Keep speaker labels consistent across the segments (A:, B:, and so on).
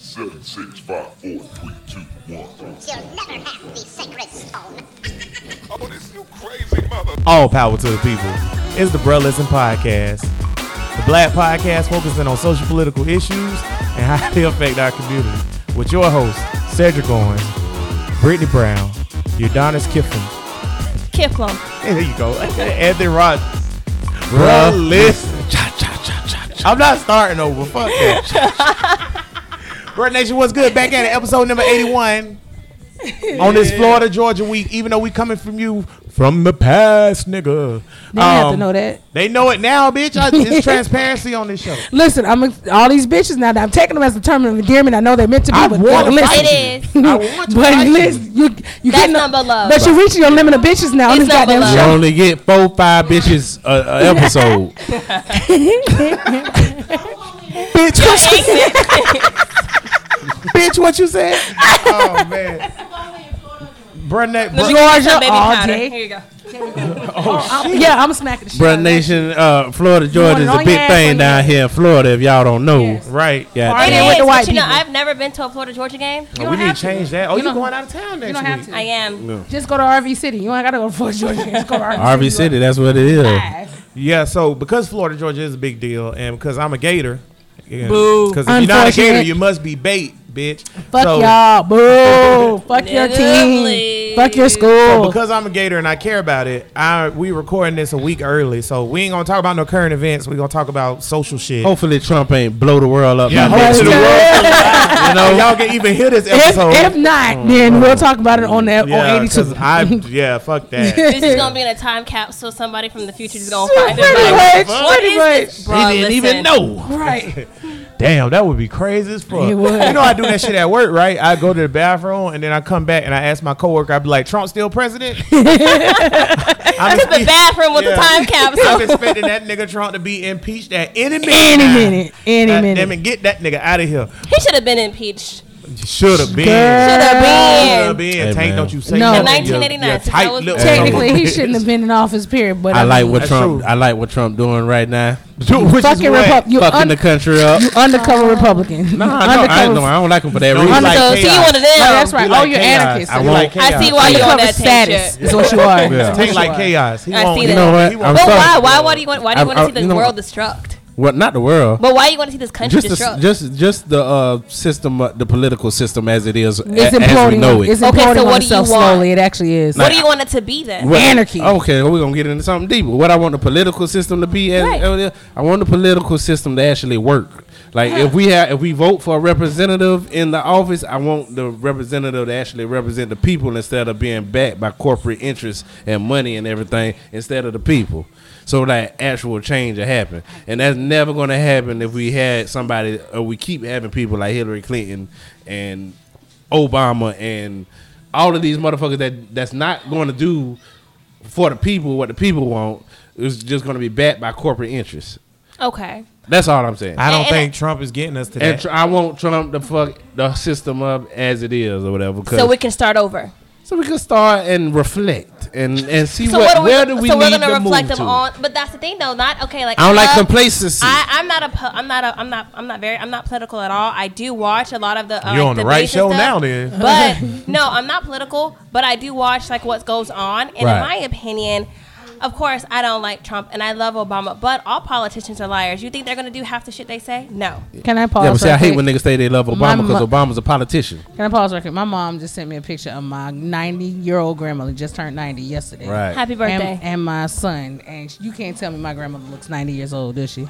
A: seven, six, five, four, three, two, one.
B: You'll never have the sacred stone.
A: Oh, this you crazy mother.
C: All power to the people. It's the Bruh Listen Podcast. The black podcast focusing on social political issues and how they affect our community. With your hosts, Cedric Owens, Brittany Brown, Udonis Kiffin.
D: Kiflum.
C: There you go. Anthony Rogers. Bruh Listen. I'm not starting over. Fuck that. Bruh Nation, what's good? Back at it. Episode number 81. On this Florida Georgia week, even though we coming from you from the past, nigga.
D: They didn't have to
C: Um,
D: know that.
C: They know it now, bitch. I, it's transparency on this show.
D: Listen, I'm a, all these bitches now that I'm taking them as a term of endearment. I know they're meant to be,
C: I
D: but
C: wanna
D: listen.
C: fight
E: It is.
C: I want to
D: but
C: fight you.
D: listen, you you
E: That's
D: getting
E: not below.
D: But you're reaching your limit of bitches now on
E: It's
D: this
E: not
D: goddamn
E: below.
C: You
D: show.
C: only get four, five bitches a, a episode. bitch, what you said? bitch, what you said? Oh man. Brunette,
E: But
C: Br-
E: you can use
D: Georgia
E: some baby
D: all
E: powder.
D: day.
E: Here you go.
D: I'm- yeah, I'm smacking the shit. out
F: Bruh
D: of
F: Nation, uh, Florida, Georgia is a
D: long
F: big
D: ass
F: thing
D: on
F: down here in Florida. If y'all don't know,
D: Yes.
C: right?
F: yeah,
D: Party
F: damn.
D: with
E: It is,
D: the white
E: but you know,
D: people.
E: I've never been to a Florida Georgia game.
D: that. You
C: we
D: don't
C: need
D: have
C: to
D: to.
C: change that. Oh, you,
D: don't-
C: going out of town next
D: You don't
C: week?
D: have to.
E: I am.
D: Just go to RV City. You ain't gotta go to Fort Georgia. Just go to RV,
F: RV City, that's what it is.
C: Yeah. So because Florida Georgia is a big deal, and because I'm a Gator,
D: Boo.
C: Because if you're not a Gator,
D: Unfortunate.
C: you must be bait, bitch.
D: Fuck
C: So-
D: y'all, boo. Fuck your
E: Lovely.
D: team. Fuck your
C: But
D: school.
C: because I'm a Gator and I care about it, I we recording this a week early, so we ain't gonna talk about no current events. We gonna talk about social shit.
F: Hopefully, Trump ain't blow the world up.
C: Yeah,
F: by
C: hope
F: next
C: to the
F: week.
C: world. you know, y'all can even hear this
D: If,
C: episode.
D: if not, then we'll talk about it on that
C: yeah,
D: on
C: 'cause
D: 82.
C: I yeah, fuck that. he
E: This is gonna be in a time capsule. Somebody from the future is gonna
D: So
E: find it.
D: pretty
E: Like,
D: much,
E: what
D: pretty
E: is this? Bruh,
F: he didn't
E: listen.
F: even know.
D: Right.
C: Damn, that would be crazy as fuck.
D: It would.
C: You know, I do that shit at work, right? I go to the bathroom and then I come back and I ask my coworker, I'd be like, "Trump still president?" I'm
E: That's the bathroom with
C: Yeah.
E: the time
C: I'm
E: capsule.
C: expecting that nigga Trump to be impeached at any minute.
D: Any
C: now.
D: minute. Any
C: God Damn
D: minute.
C: it, get that nigga out of here.
E: he should have been impeached.
C: Should have been.
D: Girl.
E: Should have
C: Should have
E: been.
C: been.
F: Hey,
C: Tank,
F: man.
C: don't you say
D: No.
C: nothing.
D: In
C: You're-
E: 1989,
C: you're
E: since I
C: tight
E: was
C: lipped.
D: Technically, he shouldn't have been in office, period. But uh,
F: I like
D: mean,
F: what
C: That's
F: Trump.
C: true.
F: I like what Trump doing right now.
C: Which is
D: fucking
C: what?
D: Republican. You
F: fucking
D: un-
F: the country up.
D: undercover Republican.
F: Nah, I don't- I, no, I don't like him for that
C: No,
F: reason.
C: he's
D: like
E: So he
C: chaos.
E: one of them.
D: No, that's right.
C: He
D: oh,
C: like
D: you're
C: chaos.
D: anarchist.
C: I
D: You
C: want
D: like
C: chaos.
E: I see why you on
D: undercover
E: that
D: status
E: status.
D: is what you are.
F: Yeah.
D: That's what
C: Tank
D: you
C: like
D: are.
C: chaos. He
E: I
C: won't,
E: see
C: he
E: that.
C: won't-
F: You know
C: he
F: what?
C: won't-
F: I'm
E: But why?
F: sorry.
E: Why? Why do you want? Why do
F: I-
E: you want to
F: I-
E: see the
F: you know what?
E: world destruct?
F: What? Not the world.
E: But why you want to see this country
F: Just the,
E: destruct?
F: just just the uh, system, uh, the political system as it is,
D: It's
F: a- as we know
D: imploding.
F: it.
D: It's imploding
E: Okay, so
D: on
E: what do you
D: itself
E: want?
D: slowly. It actually is.
E: What do you want it to be then?
F: What-
D: Anarchy.
F: Okay, we're gonna get into something deeper. What I want the political system to be, as,
E: Right.
F: uh, I want the political system to actually work. Like if we have, if we vote for a representative in the office, I want the representative to actually represent the people instead of being backed by corporate interests and money and everything instead of the people. So that actual change will happen, and that's never gonna happen if we had somebody or we keep having people like Hillary Clinton and Obama and all of these motherfuckers that that's not going to do for the people what the people want is just going to be backed by corporate interests.
E: Okay.
F: That's all I'm saying.
C: I don't
E: And-
C: think Trump is getting us to
F: and
C: that.
F: tr- I won't Trump the fuck the system up as it is or whatever. 'cause-
E: So we can start over.
F: so we can start and reflect and and see
E: So
F: what,
E: what, are we,
F: where do we
E: so we're
F: need
E: gonna
F: to
E: reflect
F: move
E: them
F: to.
E: on. But that's the thing, though. Not okay. Like
F: I don't like
E: love-
F: complacency.
E: I, I'm not a po- I'm not a I'm not I'm not very I'm not political at all. I do watch a lot of the uh,
C: You're
E: like,
C: on the
E: debates
C: right
E: and
C: show
E: stuff,
C: now, then.
E: But no, I'm not political. But I do watch like what goes on, and in
F: Right.
E: my opinion. Of course, I don't like Trump and I love Obama, but all politicians are liars. You think they're going to do half the shit they say? No.
D: Can I pause?
F: yeah, but see,
D: right
F: I hate
D: quick?
F: when niggas say they love
D: My
F: Obama because
D: mo-
F: Obama's a politician.
D: Can I pause right quick? My mom just sent me a picture of my 90 year old grandmother just turned 90 yesterday.
F: Right.
E: Happy birthday.
D: And, and my son. And sh- you can't tell me my grandmother looks 90 years old, does she?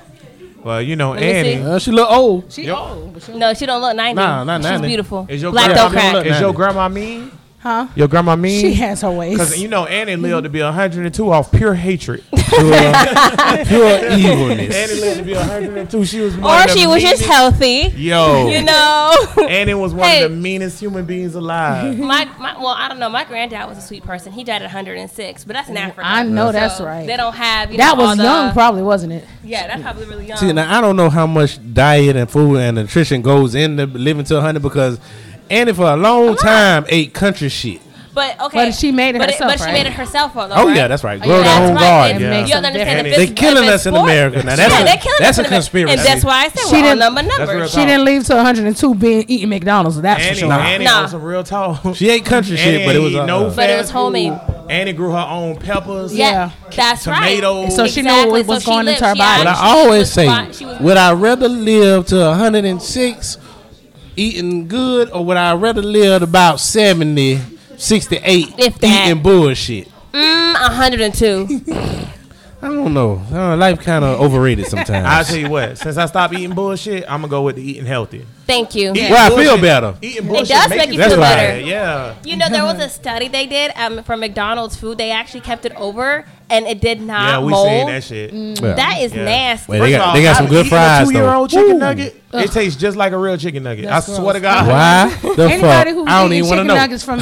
C: Well, you know,
E: Let me
C: Annie.
E: see.
F: Uh, she look old.
D: She old. But she
E: no, she don't look 90.
F: Nah, not 90.
E: She's beautiful.
C: Is your,
E: Black
C: grandma,
E: don't crack.
C: is your grandma mean?
D: huh?
C: Your grandma mean?
D: She has her ways.
C: Because you know, Annie lived to be 102 off pure hatred.
F: Pure evilness.
C: Annie lived to be 102. She was one
E: Or
C: of the
E: she was just
C: meanest-
E: healthy.
C: Yo,
E: You know?
C: Annie was one
E: Hey.
C: of the meanest human beings alive.
E: my, my well, I don't know. My granddad was a sweet person. He died at 106, but that's in Africa.
D: I know
E: So
D: that's right.
E: They don't have you
D: that
E: know, all
D: was young,
E: The,
D: probably, wasn't it?
E: yeah, that's probably really young.
F: See, now I don't know how much diet and food and nutrition goes into living to 100 because Annie for a long time ate country shit.
E: But okay,
D: But she made it
E: but
D: herself,
E: but she
D: right?
E: made it herself. Though,
F: Oh
E: right?
F: yeah, that's right.
D: Oh,
F: Grow
D: yeah,
F: the
D: that's
F: own
D: right. It
F: guard.
D: makes
F: Yeah.
E: You don't understand the
D: They're
E: business.
F: They're killing
E: of
F: us in
E: sport.
F: America now. That's
E: yeah,
F: a,
E: they're killing
F: that's
E: us
F: a
E: in Amer-
F: conspiracy.
E: and that's why I said
D: She
E: we're all
D: didn't-
E: number
C: That's real
E: numbers.
D: She didn't leave till 102 being eating McDonald's. That's for
C: Annie,
D: sure.
F: Nah.
C: Annie
E: Nah.
C: was a real tall.
F: She ain't country shit, but it was uh,
C: no
F: uh,
E: But it was
C: fast
E: homemade.
C: food. Annie grew her own peppers.
E: Yeah, that's
C: Tomatoes.
E: right.
D: So she knew what was
E: she
D: going
E: lived-
D: into her
E: she
D: body.
F: But I
E: actually
F: always
E: was
F: say,
E: fine. She was-
F: would I rather live to 106 eating good or would I rather live to about 70, 68
E: If that.
F: eating bullshit?
E: Mm, 102.
F: I don't know. Uh, life kind of overrated sometimes.
C: I'll tell you what. Since I stopped eating bullshit, I'm gonna go with the eating healthy.
E: Thank you.
C: Eating
F: Well, I feel
C: bullshit-
F: better.
C: Eating bullshit
E: does make you
C: bad,
F: feel
E: better.
C: Yeah.
E: You know, there was a study they did um, for McDonald's food. They actually kept it over, and it did
C: Yeah,
E: not
C: we
E: mold.
C: seen that shit.
E: Mm.
F: Yeah.
E: that is
C: Yeah.
E: nasty.
F: Wait, they got, they got some good fries
C: Two year
F: though.
C: old chicken
F: Ooh.
C: nugget. It tastes just like a real chicken nugget.
D: That's
C: I swear to
D: gross.
C: God.
F: Why the fuck?
D: Anybody who's
F: I don't
D: eating
F: even want to
D: chicken
F: know.
D: nuggets from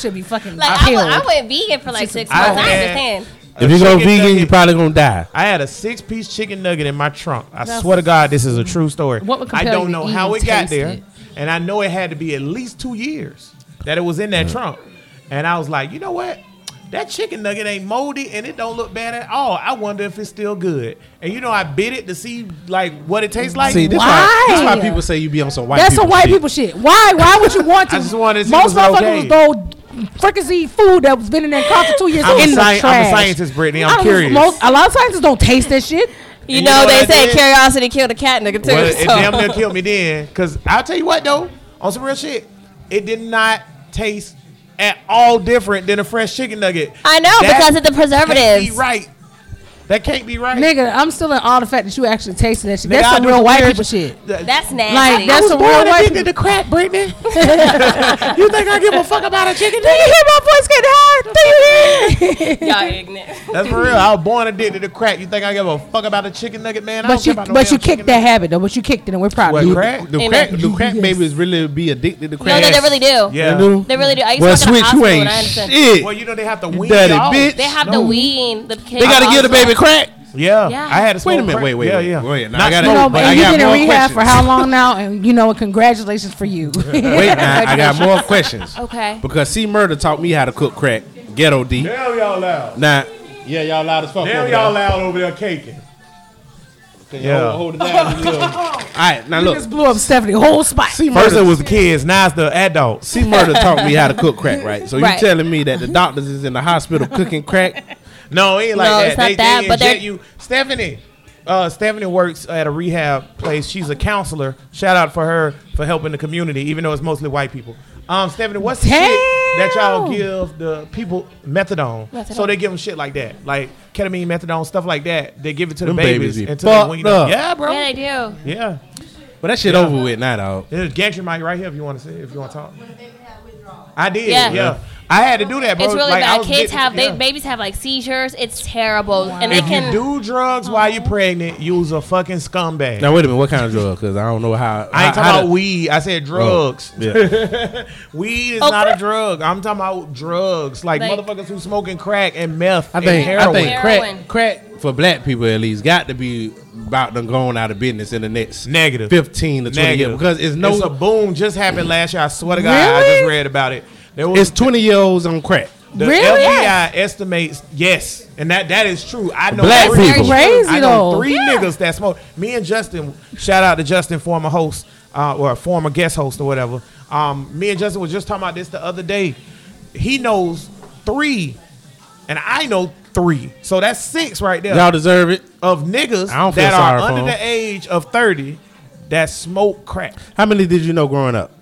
D: should be fucking
E: Like I,
D: killed.
E: went, I went vegan for like six
C: I
E: months. I,
C: had-
E: understand.
C: A
F: If you go
C: chicken
F: vegan,
C: nugget-
F: you're probably gonna die.
C: I had a six piece chicken nugget in my trunk. I swear to God, this is a true story.
D: What would
C: I
D: compel you
C: don't
D: to
C: know
D: eat
C: how
D: and
C: it got
D: taste
C: there,
D: it?
C: and I know it had to be at least two years that it was in that trunk. And I was like, you know what? That chicken nugget ain't moldy and it don't look bad at all. I wonder if it's still good. And you know, I bit it to see like what it tastes like.
F: See, this why,
D: Why?
F: this why people say you be on some white.
D: That's some
F: people
D: white
F: shit.
D: people shit. Why? Why would you want to?
C: I just wanted to see
D: Most
C: if it was
D: motherfuckers
C: okay.
D: go fricassee food that was been in that car for two years
C: I'm a
D: in the
C: sci- I'm a
D: trash.
C: scientist, Brittany. I'm
D: I don't-
C: curious.
D: Most, a lot of scientists don't taste that shit.
E: You,
C: you
E: know,
C: know what
E: they
C: I
E: say
C: did?
E: curiosity killed a cat, nigga. Too.
C: Well, it
E: so-
C: damn near killed me then. Cause I'll tell you what though, on some real shit, it did not taste at all different than a fresh chicken nugget.
E: I know, because of the
C: Can't be
E: preservatives.
C: right. That can't be right.
D: Nigga, I'm still in awe the fact that you actually tasted that shit.
C: Nigga,
D: That's
C: I
D: some
C: do
D: real
C: some
D: white
C: weird
D: people
C: shit.
D: shit.
C: Th-
E: That's nasty.
D: Like that's some real
C: born
D: white
C: addicted to crack, Brittany. you think I give a fuck about a chicken?
D: Do you hear my voice getting hard? Do you hear?
E: Y'all ignorant.
C: That's for real. I was born addicted to crack. You think I give a fuck about a chicken nugget, man? I don't
D: But
C: care
D: you,
C: about no
D: but
C: damn
D: you kicked
C: chicken
D: that
C: nugget.
D: habit though. But you kicked it, and we're proud
C: What,
D: of you.
C: crack?
F: The
E: Amen.
F: crack, the crack babies really be addicted to
E: No,
F: crack.
E: no, they really do.
C: Yeah.
F: They do?
E: They really do. I used
F: Well,
E: to work in a
F: switch, you
E: hospital, and
F: ain't
E: I understand.
F: shit.
C: Well, you know they have to wean
F: Dirty
C: it off.
F: bitch.
E: They have
C: No.
E: to wean the kids.
F: They gotta give the baby crack.
C: Yeah.
E: Yeah.
C: I had to
F: Wait a
C: smoke
F: minute.
C: crack.
F: Wait, wait,
C: yeah,
F: wait,
C: yeah.
F: wait. Now
C: Not
F: I gotta-
C: smoke,
D: No,
F: But
D: but
F: I
D: and you've
F: got
D: been in
F: more
D: rehab for
F: questions.
D: how long now? And you know what? Congratulations for you.
F: Wait, now I got more questions.
E: Okay.
F: Because C Murder taught me how to cook crack. Ghetto D.
C: Damn y'all loud.
F: Now. Yeah, y'all loud as fuck.
C: Damn y'all loud over there caking. Yeah.
F: Hold it down. All right, now
D: You
F: look.
D: just blew up Stephanie whole spot.
F: C
C: First it
F: Murder
C: was the kids, now it's the adults.
F: C Murder taught me how to cook crack, right? So you
E: Right.
F: telling me that the doctors is in the hospital cooking crack?
C: No, it ain't like
E: No,
C: that.
E: it's not
C: they,
E: that,
C: they
E: but they're-
C: inject you. Stephanie, uh, Stephanie works at a rehab place. She's a counselor. Shout out for her for helping the community, even though it's mostly white people. Um, Stephanie, what's the shit that y'all
D: Damn.
C: give the people methadone? So
E: Methadone.
C: they give them shit like that, like ketamine, methadone, stuff like that. They give it to the
F: Them
C: babies,
F: babies be
C: until they
F: fucked
C: wean up.
F: up.
C: Yeah, bro.
E: Yeah, they do.
C: Yeah,
F: But that shit over with now, dog.
C: there's gantry mic right here if you want to see, if you want to talk. I did.
E: Yeah.
C: Yeah. I had to do that, bro.
E: It's really
C: Like, I
E: bad.
C: was
E: Kids
C: getting-
E: have they
C: yeah.
E: babies have like seizures. It's terrible, and they
C: If you
E: can.
C: do drugs while you're pregnant, you's a fucking scumbag.
F: Now wait a minute, what kind of drug? Because I don't know how.
C: I ain't talking
F: how- Oh. how
C: about
F: to-
C: weed. I said drugs.
F: Yeah.
C: Weed is
E: Oh,
C: not a
E: crack.
C: drug. I'm talking about drugs, like,
E: Like-
C: motherfuckers who smoking crack and meth
F: I
C: and
F: think I
C: heroin.
F: think
E: Heroin.
F: crack crack for black people at least got to be about them going out of business in the next
C: Negative.
F: fifteen to twenty years
C: Negative.
F: because it's no
C: It's a boom just happened last year. I swear to God, I
D: Really?
C: just read about it. There was
F: it's twenty year olds on crack.
C: the
D: Really?
C: FBI estimates yes, and that that is true. I know
F: Black
C: three,
F: people.
D: Crazy
C: I know
D: though.
C: three
E: Yeah.
C: niggas that smoke. Me and Justin. Shout out to Justin, former host uh, or former guest host or whatever. Um, me and Justin was just talking about this the other day. He knows three, and I know three. So that's six right there
F: Y'all deserve it.
C: of niggas
F: I don't feel
C: that are
F: sorry for
C: under
F: him.
C: the age of thirty that smoke crack.
F: How many did you know growing up?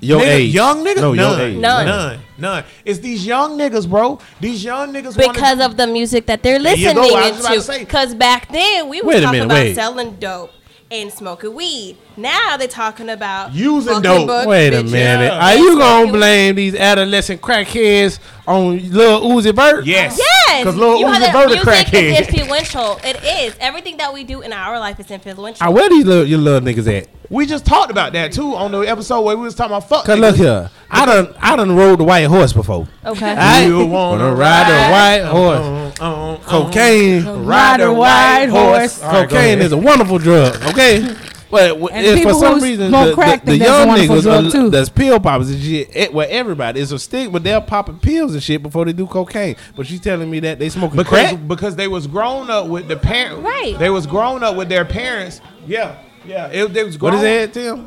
F: Your
C: Nigga-
F: age,
C: Young niggas?
F: no,
C: none.
F: your age,
E: None.
C: None. None. It's these young niggas, bro. These young niggas wanna-
E: because of the music that they're
C: you
E: listening
C: go. I was just about to
E: into.
C: say-
E: Because back then we were
F: Wait a
E: talking
F: minute,
E: about
F: wait.
E: selling dope and smoking weed. Now they're talking about
C: Using
E: fucking
C: dope.
E: books,
F: Wait a
E: bitches.
F: minute.
C: Yeah.
F: Are you gonna
E: Fucking
F: blame these adolescent crackheads on Lil Uzi Vert?
C: Yes.
E: Yes.
C: Because Lil
E: You know
C: Uzi
E: that
C: Vert a
E: music is
C: crackhead.
E: influential. It is. Everything that we do in our life is influential.
F: I where these little your little niggas at?
C: We just talked about that too on the episode where we was talking about fuck.
F: Cause
C: niggas.
F: look here, I done I done rode the white horse before.
E: okay.
F: I
C: You wanna
F: wanna ride a white horse?
C: Um, um, um,
F: Uh-huh. Cocaine,
D: Ride a white horse.
C: All right, go
F: Cocaine
C: ahead.
F: is a wonderful drug. Okay, But w-
D: And
F: if for
D: people
F: some
D: who
F: reason,
D: smoke
F: the,
D: crack
F: the, the
D: think that's a
F: young
D: wonderful drug,
F: niggas, are,
D: too.
F: that's pill poppers, and shit, eh, well, everybody, it's a stigma. They're popping pills and shit before they do cocaine. But she's telling me that they smoking
C: because
F: crack.
C: because they was grown up with the parents.
E: Right.
C: They was grown up with their parents. Yeah. Yeah. It, they was
F: What
C: grown.
F: is that, Tim?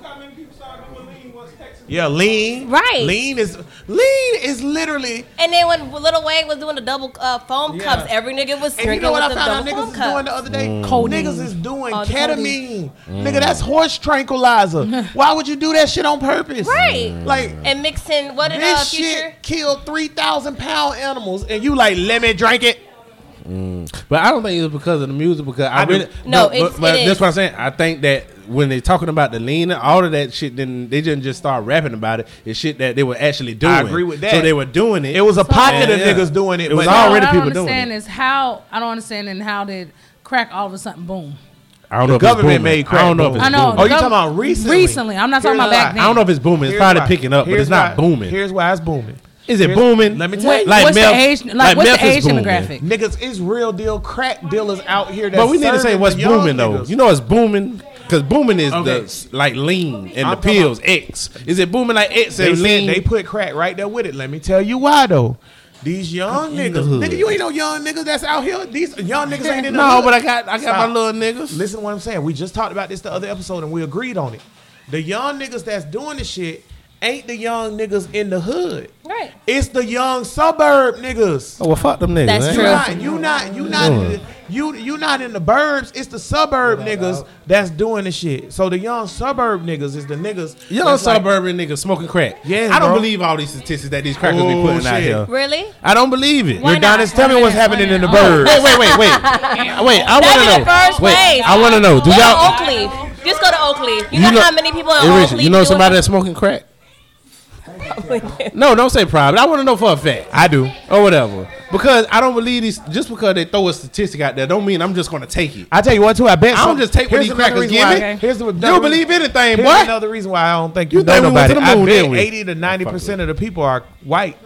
C: Yeah, lean.
E: Right.
C: Lean is lean is literally.
E: And then when Little Wayne was doing the double uh, foam
C: Yeah.
E: cups, every nigga was
C: And
E: drinking
C: you know what I
E: with the
C: found out
E: double
C: niggas
E: foam
C: is doing the
E: cup.
C: other day?
F: Mm.
C: Niggas is doing
E: Oh, the
C: ketamine. Nigga, that's horse tranquilizer. Why would you do that shit on purpose?
E: Mm. Right.
C: Like
E: And mixing what did uh,
C: this
E: Future?
C: shit killed three thousand pound animals, and you like let me drink it.
F: But I don't think it's because of the music. Because I,
C: I do.
F: really
E: No,
F: but,
E: it's-
F: but, but
E: it
F: that's
E: is.
F: what I'm saying. I think that when they're talking about the lean and all of that shit, then they didn't just start rapping about it. It's shit that they were actually doing.
C: agree with that.
F: So they were doing it.
C: It was a pocket
F: Yeah,
C: of
F: yeah.
C: niggas doing it.
F: It was
C: but-
F: already
D: what I don't
F: people doing
D: understand
F: it.
D: is how I don't understand and how did crack all of a sudden boom.
F: I don't know. if it's
C: government
F: booming.
C: made crack
F: I don't know. If
C: boom.
F: it's
D: I know.
F: booming.
C: Oh, you
D: the
C: talking
D: gov-
C: about recently?
D: Recently, I'm not
C: Here's
D: talking about
C: why.
D: back then.
F: I don't know if it's booming. It's
C: Here's
F: probably
C: why-
F: picking up, but
C: here's
F: it's not
C: why-
F: booming.
C: Here's why it's booming.
F: Is it
C: Here's-
F: booming?
C: Let me tell
D: Wait,
C: you.
F: Like
D: what's
F: Meth-
D: the age? Like,
F: like
D: what's
F: Meth
D: the
F: is
D: age
F: booming.
D: demographic?
C: Niggas is real deal crack dealers out here. That
F: But we need to say
C: serving
F: what's
C: the young
F: booming though.
C: niggas.
F: You know it's booming because booming is
C: Okay.
F: the like lean and
C: I'm
F: the
C: talking
F: pills X. Is it booming like X
C: they said
F: and lean?
C: they put crack right there with it. Let me tell you why though. These young niggas,
F: hood.
C: nigga, you ain't no young niggas that's out here. These young niggas ain't in the
F: no,
C: hood.
F: but I got I got
C: Stop.
F: my little niggas.
C: Listen to what I'm saying. We just talked about this the other episode and we agreed on it. The young niggas that's doing this shit ain't the young niggas in the hood.
E: Right.
C: It's the young suburb niggas.
F: Oh well, fuck them niggas.
E: That's
F: eh?
C: You
E: True.
C: not, you not, you not, in the- you you not in the burbs. It's the suburb niggas that's doing the shit. So the young suburb niggas is the niggas.
F: Young
C: that's like-
F: suburban niggas smoking crack.
C: Yes,
F: I don't
C: bro.
F: believe all these statistics that these crackers be
C: Oh,
F: putting out
C: shit.
F: here.
E: Really?
F: I don't believe it.
E: Why
F: You're done.
E: not?
F: Tell me what's
D: Why
F: happening
D: not?
F: in the
D: Oh.
F: bird. Wait, wait, wait, wait, wait. I
E: Back
F: want to
E: in
F: know.
E: the first
F: wait,
E: wave.
F: I want to know. Do
E: Look at
F: y'all?
E: Oakleaf. Just go to Oakleaf. You, know, how many people in
F: Hey, Rich,
E: Oakleaf
F: You know
E: doing
F: somebody that's smoking crack? No, don't say private. I want to know for a fact. I do. Or whatever. Because I don't believe these. Just because they throw a statistic out there, don't mean I'm just going to take it.
C: I tell you what, too. I bet
F: I
C: some-
F: don't just take what
C: here's
F: these
C: another
F: crackers
C: reason
F: give
C: why-
F: me.
C: Here's the,
F: You
C: another
F: don't
C: reason-
F: believe anything,
C: Here's
F: boy.
C: another reason why I don't think you,
F: You
C: know
F: thought we went
C: nobody.
F: to the moon,
C: I
F: didn't
C: bet
F: we?
C: eighty to ninety percent of the people are white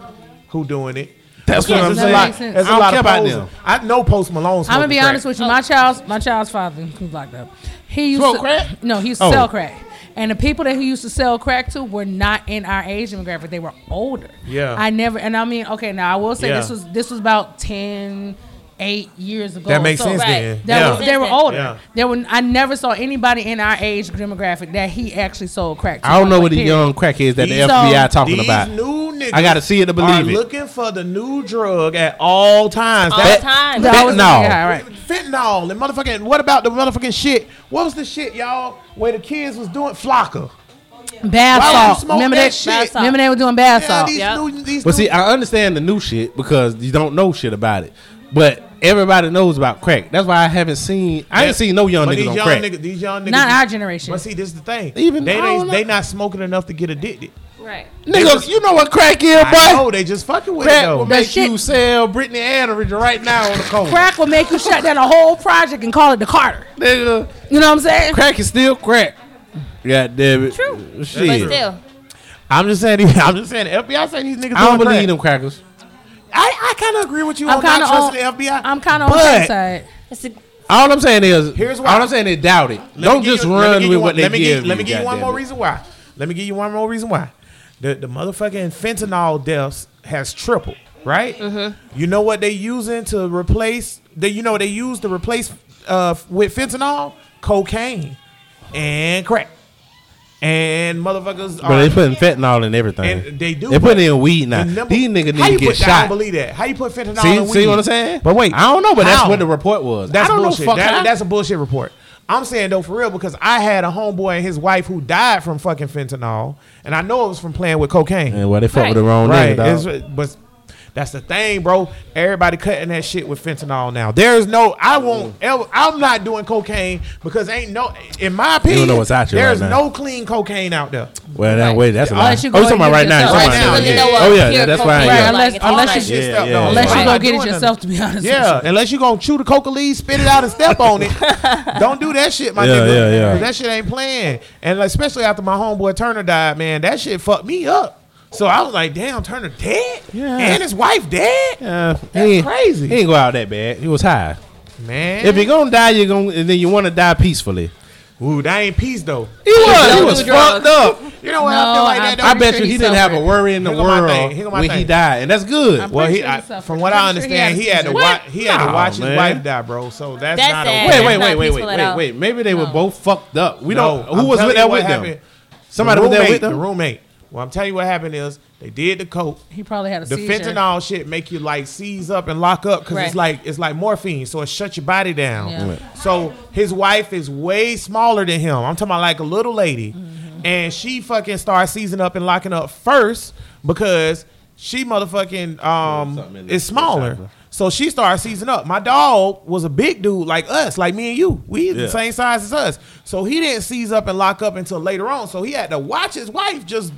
C: who doing it.
F: That's what
D: Yeah, that
F: I'm
C: There's a
F: saying.
D: makes
C: lot.
D: sense.
C: There's
F: I
C: a
F: don't
C: lot
F: care
C: of
F: about
C: posing.
F: them.
C: I know Post Malone.
D: I'm gonna be
C: crack.
D: honest with you. My child's my child's father who's locked up. He used
F: Smoke
D: to,
F: crack?
D: No, he used to
F: Oh.
D: sell crack. And the people that he used to sell crack to were not in our age demographic. They were older.
C: Yeah.
D: I never and I mean, okay, now I will say this
C: Yeah.
D: was this was about 10, 8 years ago.
C: That makes
D: So,
C: sense
E: right.
C: then.
D: That
C: yeah.
D: was, they were older.
C: Yeah.
D: They were. I never saw anybody in our age demographic that he actually sold crack. To
F: I don't know
D: Like,
F: what the
D: period.
F: young crackheads that the
D: These-
F: FBI talking
C: These
F: about.
C: new niggas.
F: I gotta see it to believe
C: are
F: it.
C: Looking for the new drug at all times.
E: All
C: That-
E: time.
D: That was-
F: Fentanyl.
D: yeah, right.
C: Fentanyl and motherfucking. What about the motherfucking shit? What was the shit, y'all? Where the kids was doing flocker. Why
D: Bath
C: would you
D: salt.
C: smoke
D: Remember
C: that
D: that?
C: shit? Bath
D: shit?
E: salt.
D: Remember they were doing bath salt.
C: these
E: Yep.
C: new. These
F: Well,
C: new
F: see, I understand the new shit because you don't know shit about it. But everybody knows about crack. That's why I haven't seen. I ain't seen no young
C: But these
F: niggas on
C: young
F: crack.
C: niggas- these young niggas,
D: Not our generation.
C: But see, this is the thing.
F: Even-
C: they, they,
F: I don't know.
C: they not smoking enough to get addicted.
E: Right.
F: Niggas, you know what crack is,
C: I know
F: boy?
C: they just fucking with it
F: Crack
C: though.
F: will make
D: shit-
F: you sell Britney Average right now on the corner.
D: Crack will make you shut down a whole project and call it the Carter.
F: nigga.
D: You know what I'm saying?
F: Crack is still crack. God damn it. True.
E: But
F: Shit.
E: still.
C: I'm just saying. these- I'm just saying. The FBI saying these niggas.
F: I don't
C: doing
F: believe
C: crack.
F: them crackers.
C: I, I kind of agree with you.
D: I'm
C: on not
D: kind of on
C: trusting the FBI.
D: I'm kind of on
C: but
D: that side.
E: It's a,
F: All I'm saying is,
C: Here's
F: here's
C: why.
F: All I'm saying is, doubt it.
C: let me
F: don't
C: give
F: just
C: you- let me
F: run
C: give
F: with
C: you
F: what
C: one-
F: they
C: let me
F: give
C: Give, let me give you one
F: goddamn
C: more
F: it.
C: reason why. Let me give you one more reason why. The the motherfucking fentanyl deaths has tripled, right? You know what they using to replace? They you know what they use to replace uh, with fentanyl cocaine and crack and motherfuckers.
F: But they putting fentanyl in everything.
C: And they do,
F: They putting
C: but-
F: in weed now.
C: and number-
F: These niggas
C: How
F: need
C: you
F: to get
C: put- I don't
F: shot.
C: believe that. How you put fentanyl
F: See,
C: in
F: see
C: weed?
F: what I'm saying?
C: But wait,
F: I don't know, but that's
C: how?
F: what the report was.
C: That's
F: I don't
C: bullshit.
F: know. Fuck
C: That-
F: how.
C: that's a bullshit report. I'm saying though for real because I had a homeboy and his wife who died from fucking fentanyl, and I know it was from playing with cocaine.
F: and well, they fuck with the
E: Right.
F: wrong
C: right?
F: nigga, dog.
C: It's- but that's the thing, bro. Everybody cutting that shit with fentanyl now. There's no. I won't. ever- I'm not doing cocaine because ain't no. In my opinion,
F: know what's out here
C: there's
F: right now.
C: no clean cocaine out there.
F: Well, that
E: Right.
F: way, that's a lie. Oh,
D: Unless
F: you
D: you go
F: talking about
D: and
F: right
D: get
F: now?
D: yourself.
F: Talking
C: Right
F: about
C: now,
F: now,
C: you know
F: yeah.
C: what?
F: Oh yeah,
E: Pure
F: that- that's why. I
E: cocaine.
F: ain't-
D: Right, unless-
E: all
D: unless
E: that
D: you-
E: shit.
F: Yeah, yeah, yeah.
D: Unless
E: Right.
D: you go
C: Not
D: get
C: doing
D: it
C: nothing.
D: yourself, to be honest. with
C: Yeah, unless you gonna chew the coca leaf, spit it out, and step on it. Don't do that shit, my
F: Yeah,
C: nigga.
F: yeah, yeah.
C: 'Cause That shit ain't playing. And like, especially after my homeboy Turner died, man, that shit fucked me up. So I was like, damn, Turner dead?
F: Yeah.
C: And his wife dead?
F: Uh, he ain't-
C: crazy.
F: He ain't go out that bad. He was high.
C: Man.
F: If you're gonna die, you're gonna and then you want to die peacefully.
C: Ooh, that ain't peace though.
F: He was. He
E: don't
F: was
E: do drugs.
F: fucked up.
C: You know what?
D: No,
C: I feel like that.
D: I'm
F: Oh, I
C: Though.
D: pretty
F: bet
D: sure
F: you he,
D: he
F: didn't have a
D: suffered.
F: worry in the
C: Here go my
F: world
C: thing. Here go my
F: when he
C: thing.
F: died, and that's good.
D: I'm
C: well,
D: pretty
C: he,
D: sure he
C: I,
D: suffered.
C: from what I
D: I'm pretty sure
C: understand, he had to
D: seizure.
C: watch. He had to
F: Nah,
C: watch his
F: man.
C: wife die, bro. So that's,
E: That's
C: not
E: sad.
C: okay.
F: wait,
E: That's
F: wait,
E: not
F: wait, wait, wait,
E: peaceful at
F: wait,
E: all.
F: wait. Maybe they were
D: No.
F: both fucked up. We
C: No,
F: don't. Who
C: I'm
F: was
C: telling
F: with
C: you
F: that
C: what
F: with them?
C: happened.
F: Somebody was
C: roommate,
F: there with
C: The
F: them.
C: roommate. Well, I'm telling you what happened is they did the coke.
D: He probably had a
C: The
D: seizure.
C: fentanyl shit make you like seize up and lock up because
E: Right.
C: it's like it's like morphine, so it shuts your body down.
D: Yeah. Right.
C: So his wife is way smaller than him. I'm talking about like a little lady,
D: Mm-hmm.
C: and she fucking starts seizing up and locking up first because she motherfucking
F: something in
C: um
F: there.
C: is smaller. So she started seizing up. My dog was a big dude like us, like me and you. We
F: Yeah.
C: the same size as us. So he didn't seize up and lock up until later on. So he had to watch his wife just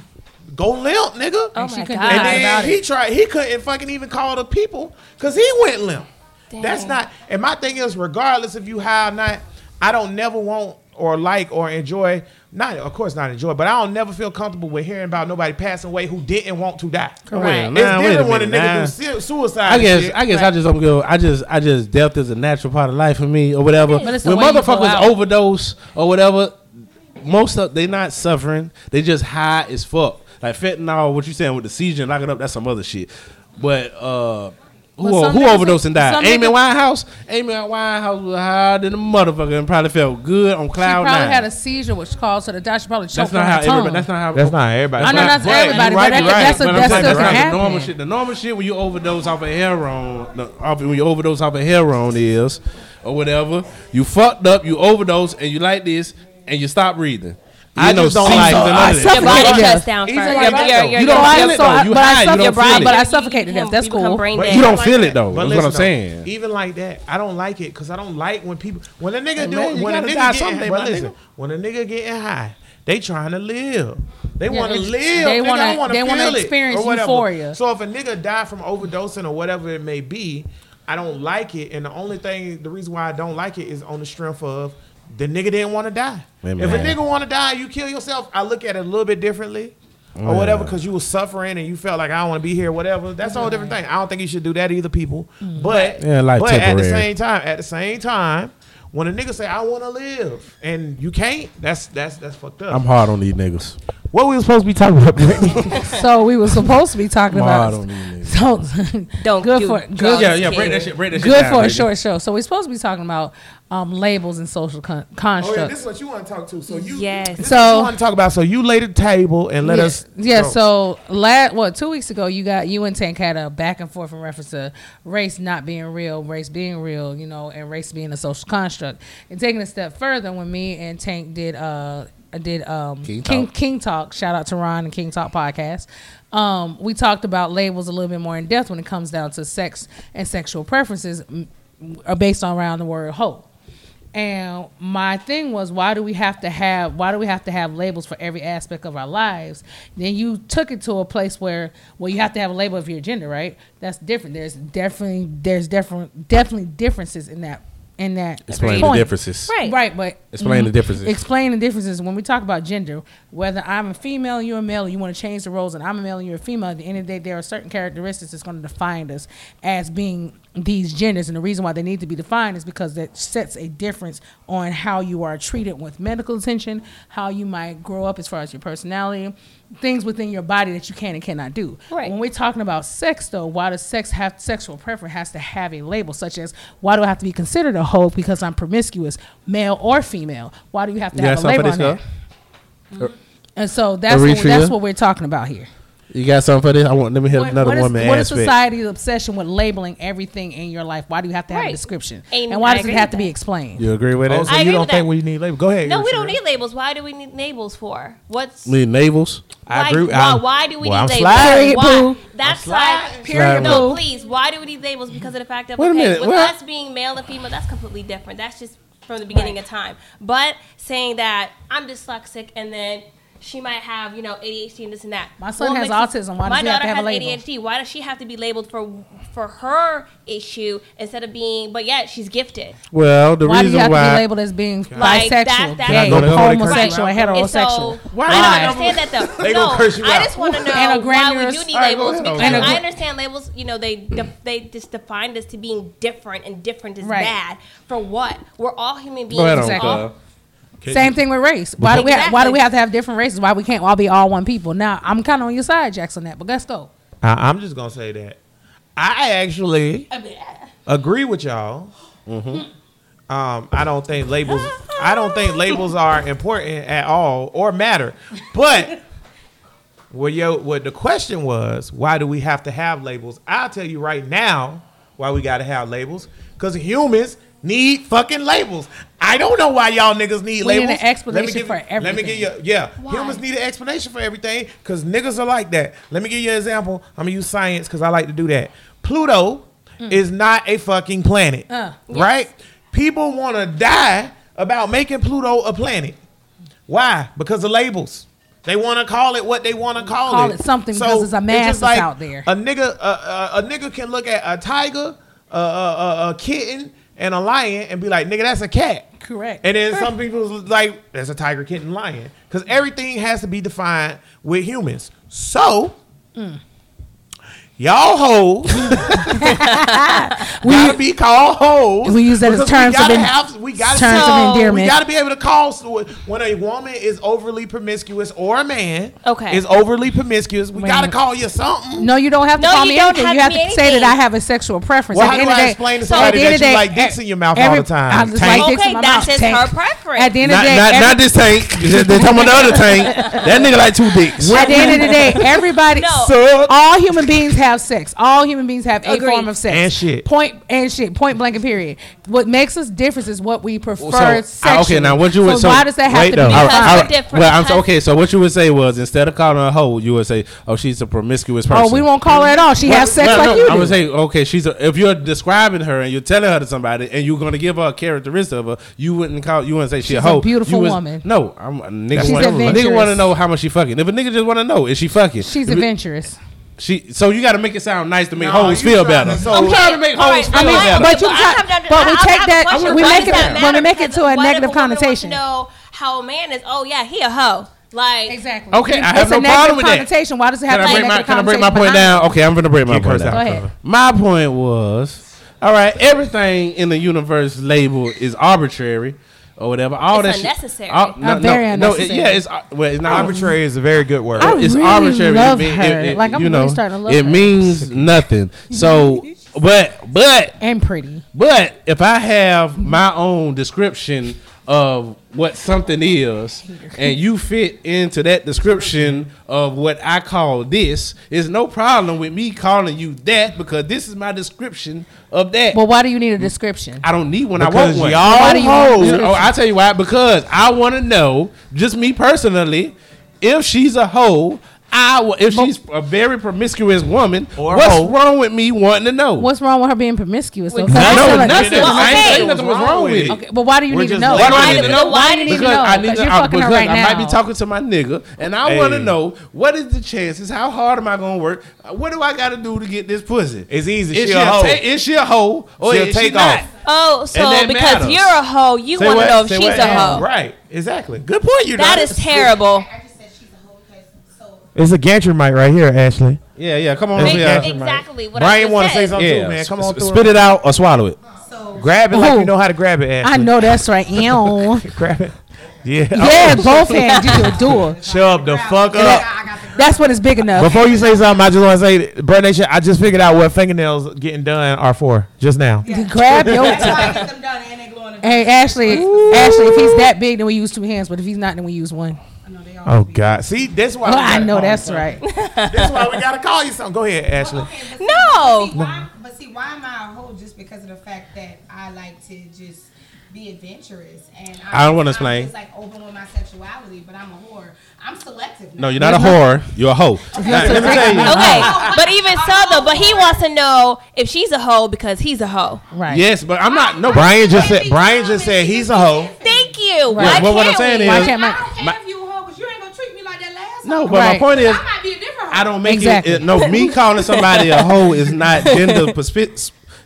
C: go limp, nigga.
E: Oh
D: she
E: my
D: couldn't
E: God.
C: And then
D: about
C: he
D: it.
C: tried. He couldn't fucking even call the people because he went limp. That's not. And my thing is, regardless of you high or not, I don't never want or like or enjoy. Not of course not enjoy, but I don't never feel comfortable with hearing about nobody passing away who didn't want to die.
E: Right.
C: It's
F: Nah, wait a
C: different when a
F: minute,
C: nigga
F: nah.
C: do su- suicide.
F: I
C: and
F: guess
C: shit.
F: I guess I just don't go. I just I just death is a natural part of life for me or whatever.
D: But it's the
F: when
D: way you go
F: motherfuckers
D: out.
F: overdose or whatever, most of they not suffering. They just high as fuck. Like fentanyl, what you saying with the seizure and locking up, that's some other shit. But uh who,
D: But some
F: who
D: niggas-
F: overdosed and died?
D: some
F: Amy
D: niggas-
F: Winehouse. Amy Winehouse was higher than a motherfucker and probably felt good on
D: She
F: cloud
D: probably
F: nine.
D: had a seizure, which caused her to die. She probably
F: that's
D: choked
F: not
D: on
F: how
D: her tongue.
F: everybody. That's not how.
C: That's not everybody.
D: I know that's
F: Right,
D: Oh, everybody,
C: right,
D: but that,
C: you're right.
D: that's, a,
F: But I'm
D: that's
F: saying
D: still
F: that's
D: can
F: not the
D: happen.
F: normal shit. The normal shit when you overdose off of heroin, the- off when you overdose off of heroin is, or whatever. You fucked up, you overdose, and you like this, and you stop breathing. You
C: I just don't like- I
F: like
E: Your body
D: Yeah.
E: shuts down
C: He's
E: first.
C: like
E: Your-
C: that,
E: your-
C: though.
E: your-
F: You
E: your-
F: don't
D: I
F: feel it
D: su-
F: though. You
D: but I
F: high, you
D: suffocate-
F: don't
D: but I
F: feel it.
D: suffocate suffocated him. That's
E: You become
D: cool.
E: brain
C: But
E: dead.
F: You don't feel
C: like
F: it though.
C: But
F: That's what I'm
C: listen, though,
F: saying.
C: Even like that, I don't like it because I don't like when people when a nigga
F: Hey,
C: do
F: man, you
C: when a
F: gotta
C: nigga
F: die
C: getting,
F: someday,
C: but
F: my
C: listen,
F: nigga.
C: when a nigga getting high, they trying to live. They
D: Yeah,
C: want to
D: it's-
C: live.
D: they
C: They
D: wanna-
C: want to.
D: they wanna
C: feel it
D: experience
C: or whatever.
D: euphoria.
C: So if a nigga die from overdosing or whatever it may be, I don't like it. And the only thing, the reason why I don't like it is on the strength of the nigga didn't want to die.
F: Amen.
C: If a nigga want to die, you kill yourself. I look at it a little bit differently. Or whatever, because you were suffering and you felt like I don't want to be here, whatever. That's a whole different thing. I don't think you should do that either, people.
D: Mm.
C: But
F: Yeah, like
C: but at the
F: temporary.
C: same time, at the same time, when a nigga say I want to live and you can't, that's that's that's fucked up.
F: I'm hard on these niggas.
C: what we was supposed to be talking about? Brittany?
D: So we were supposed to be talking
F: Wow, I
D: about.
F: don't need
D: So
E: Don't
D: good
E: do
D: for
E: drugs.
D: good,
E: Yeah, yeah, break that
F: shit. Break
D: good for a short show. So we're supposed to be talking about um, labels and social con-
C: oh yeah, this is
D: constructs.
C: what you want to talk to. So you
E: Yes.
C: this is what
D: So-
C: you want to talk about. So you laid the table and let
D: yeah,
C: us.
D: yeah.
C: go.
D: So last what two weeks ago, you got you and Tank had a back and forth in reference to race not being real, race being real, you know, and race being a social construct. And taking it a step further, when me and Tank did uh did um
F: King Talk.
D: King Talk, shout out to Ron and King Talk podcast. Um, we talked about labels a little bit more in depth when it comes down to sex and sexual preferences mm, are based on around the word hoe. And my thing was, why do we have to have why do we have to have labels for every aspect of our lives? Then you took it to a place where well, you have to have a label of your gender, right? That's different. There's definitely there's different definitely differences in that in that
F: Explain the
D: point.
F: differences.
E: Right.
D: Right, but Mm-hmm.
F: Explain the differences.
D: Explain the differences when we talk about gender. Whether I'm a female and you're a male, and you want to change the roles, and I'm a male and you're a female. At the end of the day, there are certain characteristics that's going to define us as being these genders, and the reason why they need to be defined is because that sets a difference on how you are treated with medical attention, how you might grow up as far as your personality, things within your body that you can and cannot do.
E: Right.
D: When we we're talking about sex though why does sex have sexual preference has to have a label such as why do i have to be considered a hoe because i'm promiscuous male or female why do you have to
F: You got
D: have a label
F: something
D: on
F: for this,
D: that
F: girl?
D: and so that's what,
F: Eritrea?
D: that's what we're talking about here
F: You got something for this? I want. Let me hit
D: What-
F: another
D: what is,
F: woman
D: what is
F: aspect.
D: society's obsession with labeling everything in your life why do you have to have
E: Right.
D: a description
E: And
D: and, why
E: I
D: does it
E: agree
D: have
E: with
D: to be
E: that.
D: explained
F: You agree with
C: Oh,
F: it?
C: so
E: I
C: you
E: agree
C: don't
E: with
C: think
E: that.
C: we need labels? Go ahead.
E: No, we
C: Rashida.
E: don't need labels. Why do we need labels for? What's
F: Need navels.
C: I
E: why,
C: agree-
E: Why,
C: I'm-
E: why do we
C: well, I'm
E: need labels?
C: sliding.
D: Period,
E: why?
D: boo.
E: That's
C: sliding.
E: like
D: Period,
E: No,
D: boo.
E: please. Why do we need labels? Because of the fact that
F: Wait a
E: okay,
F: minute,
E: with
F: what?
E: us being male and female, that's completely different. That's just from the beginning of time. But saying that I'm dyslexic and then she might have you know ADHD and this and that.
D: My son
E: What
D: has
E: makes it-
D: autism. Why does
E: my
D: he have
E: daughter
D: to have a
E: has
D: label?
E: ADHD. Why does she have to be labeled for for her issue instead of being? But yet she's gifted.
F: Well, the
D: why do you
F: reason
D: have to
F: why.
D: be labeled as being
E: Like,
D: bisexual,
E: that- that-
D: gay,
C: Can I go to the curse
D: homosexual,
C: you
D: and
C: out?
E: And so
D: heterosexual?
E: I don't understand that though.
C: They
E: no,
C: gonna curse you
E: I
C: out.
E: just want to know
D: And a
E: why we do
D: grandiose-
E: need
D: All
C: right, go
E: labels
C: ahead, I'll
E: because
D: do it.
E: I understand labels. You know, they de- they just defined us to being different, and different is
D: Right.
E: bad. For what? We're all human beings.
F: Go ahead
E: we're
F: on,
E: all-
F: Carl.
D: Same thing with race. Why do we ha- why do we
E: Exactly.
D: have to have different races? Why we can't all be all one people? Now I'm kind of on your side, Jackson. That, but let's go.
C: I, I'm just gonna say that I actually agree with y'all. Um, I don't think labels. I don't think labels are important at all or matter. But well, yo, what the question was? Why do we have to have labels? I'll tell you right now why we gotta have labels. Cause humans need fucking labels. I don't know why y'all niggas need
D: We need
C: labels.
D: an explanation
C: Let me give
D: for
C: you- Let me
D: everything.
C: give you yeah, humans need an explanation for everything because niggas are like that. Let me give you an example. I'm gonna use science because I like to do that. Pluto is not a fucking planet,
D: Mm. Uh, yes.
C: right? People want to die about making Pluto a planet. Why? Because of labels. They want to call it what they want to call,
D: Call it something because it's a
C: just
D: mass that's out there.
C: A nigga, a, a, a nigga can look at a tiger, a, a, a, a kitten, and a lion and be like, "Nigga, that's a cat."
D: Correct.
C: And then some people's like, that's a tiger, kitten, lion. Because everything has to be defined with humans. So,
D: Mm.
C: y'all hoes gotta be called hoes.
D: We use that as
C: because
D: terms
C: we
D: of
C: gotta
D: en-
C: have, we gotta
D: terms
E: of
D: endearment.
C: We gotta be able to call so when a woman is overly promiscuous or a man
E: Okay.
C: is overly promiscuous. We
D: Wait a
C: gotta
D: minute.
C: call you something.
D: No, you don't have to
E: No,
D: call
E: you
D: me
E: don't
D: anything.
E: have
D: you
E: to
D: have
E: be
D: to say that I
E: anything.
D: have a sexual preference.
C: Well,
D: At
C: how
D: the
C: do
D: end of
C: I
D: the day-
C: explain to
D: so at
C: somebody
D: the end
C: that
D: of the
C: you
D: day,
C: like dicks in your mouth all the
D: every-
C: time?
D: I just
C: Tank.
D: like dicks in
E: Okay,
D: my
E: that's
D: mouth.
E: just
D: Tank.
E: her preference.
D: At the end of
F: Not,
D: the day,
F: not,
D: every-
F: not this tank. They talking about the other tank. That nigga like two dicks.
D: At the end of the day, everybody,
E: No.
D: all human beings have sex. All human beings have a
E: Agreed.
D: form of sex.
C: And shit.
D: Point and shit. Point blank and period. What makes us different is what we prefer.
F: So,
D: sexually.
F: I- okay, now what you would
D: so,
F: so
D: why does that have
F: wait
D: to
F: though.
D: be?
F: All right,
E: Because
F: all
E: we're
F: right.
E: different.
F: Well, I'm so,
E: Because-
F: okay. So what you would say was instead of calling her a hoe, you would say, "Oh, she's a promiscuous person."
D: Oh, we won't call her at all. She has sex
F: Well,
D: like
F: no,
D: you
F: I
D: do.
F: would say, okay, she's a, if you're describing her and you're telling her to somebody and you're going to give her a characteristic of her, you wouldn't call you wouldn't say she
D: She's
F: a
D: a
F: hoe.
D: beautiful
F: You was-
D: woman.
F: No, I'm a nigga.
D: She's
F: Want, nigga
D: adventurous.
F: want to know how much she fucking. If a nigga just want to know, is she fucking?
D: She's
F: If it-
D: adventurous.
F: She. So you got to make it sound nice to make
C: No,
F: hoes
C: you
F: feel
C: trying to
F: better.
C: so-
F: I'm trying to make
E: All right,
F: hoes
E: I
F: feel
E: mean,
F: better.
D: But you
E: I
D: try-
E: have to under-
D: but we
E: I- I
D: take
E: have
D: that-
E: a question.
D: we
E: Why
D: make
E: does
D: it-
E: that
D: when we
E: matter?
D: make it
E: Because
D: to a
E: what if
D: negative
E: woman wants to
D: connotation?
E: Know how a man is? Oh yeah, he a hoe. Like
D: Exactly.
F: Okay, I have
D: it's
F: no
D: a negative
F: problem with that.
D: connotation. Why does it have
F: Can
D: to be
F: I
D: a
F: break my
D: negative
F: Can I break my
D: connotation
F: point
D: behind it?
F: down? Okay, I'm going to break my
C: Get
F: point
C: cursed
F: down.
C: out.
D: Go ahead.
F: My point was, all right, everything in the universe label is arbitrary or whatever. All
E: It's
F: that shit-
E: unnecessary.
F: all- no,
D: Uh,
F: no,
D: very
F: no, it-
D: unnecessary.
F: yeah, it's uh, well, it's not
C: Arbitrary is a very good word.
D: I
F: it's
D: really
F: arbitrary.
D: love
F: it mean-
D: her.
F: it- it-
D: Like, I'm
F: you
D: really
F: know,
D: starting to love
F: It
D: her.
F: means nothing. So, but but
D: And pretty.
F: but if I have my own description of what something is, and you fit into that description of what I call this, is no problem with me calling you that because this is my description of that.
D: Well, why do you need a description?
F: I don't need one. I want
C: because
F: one.
D: Why do
C: y'all
D: you want
C: hoes
D: to-
F: Oh, I tell you why. Because I want to know, just me personally, if she's a hoe. I wa- if she's a very promiscuous woman,
C: Or
F: what's
C: hoe.
F: wrong with me wanting to know?
D: What's wrong with her being promiscuous? though?
E: With-
D: 'Cause
E: No,
D: I
F: no,
D: feel like-
F: nothing.
E: Well,
F: I ain't
E: okay.
F: saying nothing was wrong with it.
D: Okay, but why do you
C: We're
D: need to
C: just
D: know?
C: like-
F: Why do I need to know?
E: Why do you
D: need to
F: because
D: know?
F: I need
D: Because
F: to,
D: you're
F: I,
D: fucking her
F: because
D: right
F: I might
D: now.
F: be talking to my nigga, and I
C: Hey.
F: want to know what is the chances? How hard am I gonna work? What do I got to do to get this pussy?
C: It's easy.
F: Is
C: She
F: she,
C: a
F: a
C: hoe.
F: ta- is she a hoe or
C: She'll
F: is she
C: take
F: not?
C: off.
E: Oh, so
F: that
E: because
F: matters.
E: you're a hoe, you
F: Say
E: want to
F: what?
E: know if
F: Say
E: she's
F: what?
E: a hoe.
C: right. Exactly. Good point. You
E: That is terrible.
C: It's a gantry mic right here, Ashley.
F: Yeah, yeah. Come on,
C: Make-
F: over here.
C: make-
E: Exactly what I
C: Brian
E: just
C: want to say
E: said.
C: something too, man. Come on,
F: s- spit it out or swallow it.
C: Grab it like
D: Ooh.
C: you know how to grab it, Ashley.
D: I know that's right. Ew.
C: Grab it. Yeah.
D: yeah, both hands. You do a duel.
C: Shove the fuck up.
D: That's when it's big enough.
C: Before you say something, I just want to say, that, Bird Nation, I just figured out what fingernails getting done are for just now.
D: Grab your. hey Ashley, Ashley, if he's that big, then we use two hands. But if he's not, then we use one.
C: Oh God! See, that's why. we
D: Well, Oh, I
C: gotta
D: know
C: call you
D: that's
C: something.
D: right.
C: That's why we gotta call you something. Go ahead, Ashley.
E: No.
G: But see, why am I a hoe just because of the fact that I like to just be adventurous and
F: I don't wanna
G: I'm
F: explain.
G: just like open with my sexuality, but I'm a whore. I'm selective.
F: No,
G: now.
F: you're not a whore. You're a hoe. Now, let me tell you.
E: Okay, but even so, though, but he wants to know if she's a hoe because he's a hoe.
D: Right.
F: Yes, but I'm not. No,
C: Brian just said. Brian just said he's a hoe.
E: Thank you. Why
F: But what I'm
E: can't
F: saying
E: we?
F: is,
D: Why can't
G: I
D: my?
G: don't care
F: My-
G: if you a hoe, but you ain't gonna treat me like that last.
F: no,
G: hoe.
F: but my
D: Right.
F: point is,
G: I might be a different. Hoe.
F: I don't make
D: Exactly.
F: it, it. No, me calling somebody a hoe is not gender perspe-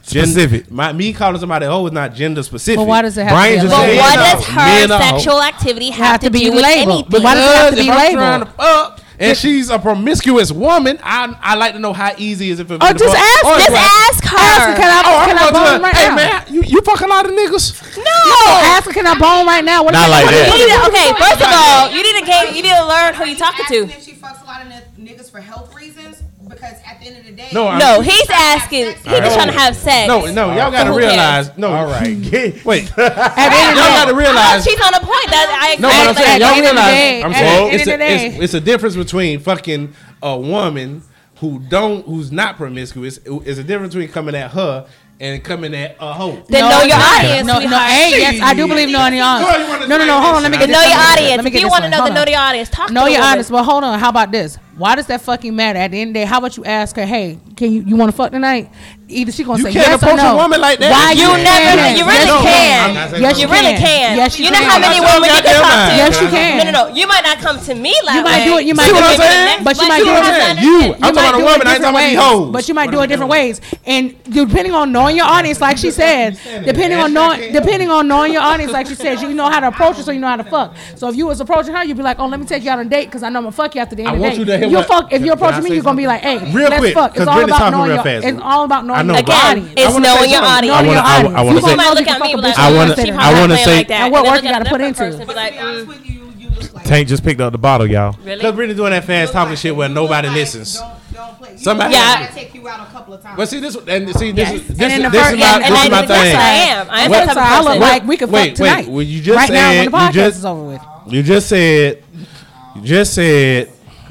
F: gen-
C: Specific.
F: My me calling somebody a hoe is not gender specific.
D: But why does it have
C: Brian
D: to be?
C: just
D: a
E: But
C: said-
D: label?
E: what
C: Men are-
E: does
F: men
E: her
F: are hoe.
E: sexual activity have,
D: Have to be
E: do with
D: labeled.
E: anything?
D: But why does it have to
F: uh, if
D: be
F: I'm
D: labeled?
F: trying to fuck and she's a promiscuous woman, I I like to know how easy is it for me
H: Oh,
F: to
H: just
F: fuck-
H: ask.
F: or do I-
H: Just ask
D: Ask her,
H: her.
D: can I,
F: Oh, I'm
D: can I
F: going
D: bone
F: to
D: right
F: hey
D: now?
F: man, you, you fuck a lot of niggas.
H: No.
D: Ask her, can I bone right now? What
I: Not
D: if I-
I: like
D: what if-
I: that.
E: You need to- okay, first of all, you need to game. You need to learn who you talking
G: asking
E: to.
G: If she fucks a lot of n- niggas for health reasons, because at the end of the day,
F: No, I'm-
E: No, he's asking. He's
F: right.
E: trying to have sex.
F: No, no, y'all gotta
E: Who
F: realize. No,
C: All right.
F: wait, y'all
D: At the end of the
F: gotta
D: day-
F: realize.
E: Oh, She's on a point that I agree.
F: No, but I'm
E: with
F: saying
E: that.
F: y'all
D: end of the
F: realize.
D: day-
F: I'm
D: at
F: saying
D: the
F: it's,
D: end of
F: a,
D: the
F: it's,
D: day.
F: it's a difference between fucking a woman who don't who's not promiscuous. It's a difference between coming at her and coming at a hoe.
E: Then know your audience,
D: No, no,
E: sweetheart.
D: hey, yes, I do believe knowing your
F: Girl, you wanna
D: audience. No, no,
F: say
D: no, hold on.
F: this
D: Let me
F: now.
D: get
E: Know
D: this
E: your
D: one.
E: audience.
D: Let me get
E: If you
D: this
E: wanna
D: one.
E: know
D: Hold
E: the know
D: on.
E: the audience, talk to
D: Know
E: a
D: your
E: woman.
D: audience, but hold on. How about this? Why does that fucking matter? At the end of the day, how about you ask her, hey, can you you want to fuck tonight? Either she gonna
F: You
D: say
F: can't
D: yes or
F: approach a
D: no.
F: woman like that.
D: Why
F: You
D: you
F: never-
D: can't.
E: No, no, you really
D: Yes,
E: can.
C: I'm not saying
D: Yes,
E: you
D: you
E: really can.
D: Yes, you
E: know
D: can.
E: how many
F: That's
E: women
F: your
E: you can
F: goddamn
E: talk to.
F: mind.
D: Yes, you can.
E: No, no, no. You might not come to me like
D: You might do it. You might
F: See
D: do
F: what
D: it.
F: I'm saying?
D: But you might
F: See
D: do
F: what I'm
D: it.
F: saying?
D: different-
F: You.
D: might
F: I'm talking about
D: do
F: a
D: it
F: woman. I ain't
D: different
F: talking about these
D: ways.
F: hoes.
D: But you might do it different ways, and depending on knowing your audience, like she said, depending on knowing, depending on knowing your audience, like she said, you know how to approach her, so you know how to fuck. So if you was approaching her, you'd be like, "Oh, let me take you out on a date because I know I'm gonna fuck you after the end
F: I
D: of the
F: want
D: day."
F: you to hear
D: You'll
F: what-
D: fuck if
F: Can-
D: you
F: can I
D: approach me,
F: say
D: you're gonna be like, "hey,
I: Real
D: let's
I: quick,
D: fuck. It's
I: 'cause
D: all
I: Brittany's
D: about
I: talking
D: knowing
I: real
D: your.
I: fast.
D: It's all about
C: Um,
D: knowing
I: know
D: your
I: about
E: Again,
D: audience.
E: it's knowing your
D: Knowing
E: audience.
D: your
I: wanna- I
D: audience.
I: wa- I wanna
D: You
I: say-
E: You
D: gonna
E: might
D: know
E: look
D: you
E: at
D: can
E: me
D: fuck
E: be
D: with
E: like,
D: your
I: I
D: audience
I: wanna-
D: later.
I: I wanna say-
D: and what work you gotta put into it.
E: Be like, mm,
G: with you, you look like
C: Tank just picked up the bottle, y'all.
E: really?
F: Look, Brittany doing that fast talking shit where
G: You
F: nobody
G: look like-
F: listens.
G: Don't, don't play. You
F: Somebody-
G: know
E: Yeah.
G: I gotta take you out a couple of times.
F: But see this and see this is this,
D: And
F: is
D: in the
F: this
D: first-
F: is
D: yeah,
F: my
D: and
F: this is
D: I-
F: my
D: that's
F: thing.
D: what
E: I am. I am
D: What?
E: that type of
D: I look
E: person.
D: like we could fuck
F: Wait, wait,
D: tonight.
F: well, you just
D: right now
F: said-
D: when the
F: you
D: podcast
F: just-
D: is over with.
F: You just said you just said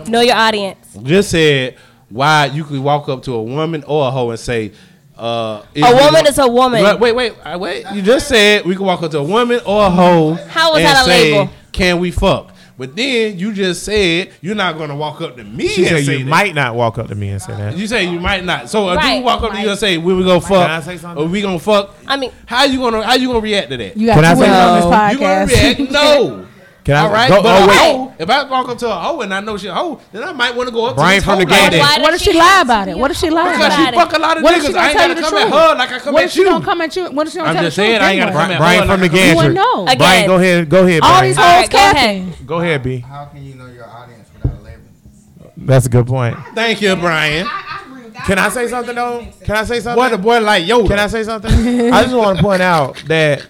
E: Know your audience.
F: just said why you could walk up to a woman or a hoe and say, uh, if
E: A
F: you-
E: woman is a woman.
F: Wait, wait, wait, uh, wait. You just said we could walk up to a woman or a hoe.
E: How is
F: and
E: that a
F: say,
E: label?
F: Can we fuck? But then you just said you're not going to walk up to me
C: She
F: and
C: said
F: say
C: you
F: that.
C: might not walk up to me and say that.
F: You say you might not. So a
E: Right.
F: dude walk up to you and say we we gonna
C: Can I say
F: fuck
C: something?
F: or we gonna fuck.
E: I mean-
F: how you gonna how you gonna react to that?
D: You got
C: Can I
D: two
C: say
D: women on this
F: You gonna
D: podcast.
F: react no.
C: Can I?
F: All right,
C: Go,
F: but
C: oh,
F: a
C: wait.
F: hoe, if I walk up to a hoe and I know she a hoe, then I might want to go up
C: Brian
F: to this
C: from
F: hoe
C: the
F: like
C: game.
F: that.
E: Why
D: What
E: did
D: if she
E: she
D: lie
E: ask
D: about
E: you?
D: it? What if she lie
F: Because
D: about
F: she
D: it?
E: Somebody.
F: fuck a lot of
D: What if
F: niggas.
D: she
F: I
D: gonna
F: ain't
D: tell you
F: gotta
D: the
F: come
D: truth?
F: at her like I come
D: What
F: at
D: if she
F: you.
D: don't come at you? What if she don't
F: I'm
D: tell
F: just
D: the truth?
F: saying I ain't gotta
D: anyway?
F: come at
C: Brian from the
D: You
C: gantry.
D: wouldn't know.
E: Again.
C: Brian, go ahead. Go ahead.
D: All
C: Brian.
D: these
E: All
D: hoes
E: right, go ahead.
D: capping.
C: Go ahead, B.
J: How can you know your audience without a label?
C: That's a good point.
F: Thank you, Brian.
G: I, I agree with that.
C: Can I
G: agree
C: say
G: with
C: something
G: that.
C: though? Can I say something?
F: Boy, the boy like yo.
C: Can I say something? I just want to point out that,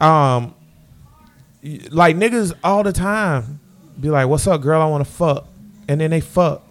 C: um, y- like niggas all the time be like, "What's up, girl? I want to fuck," and then they fuck.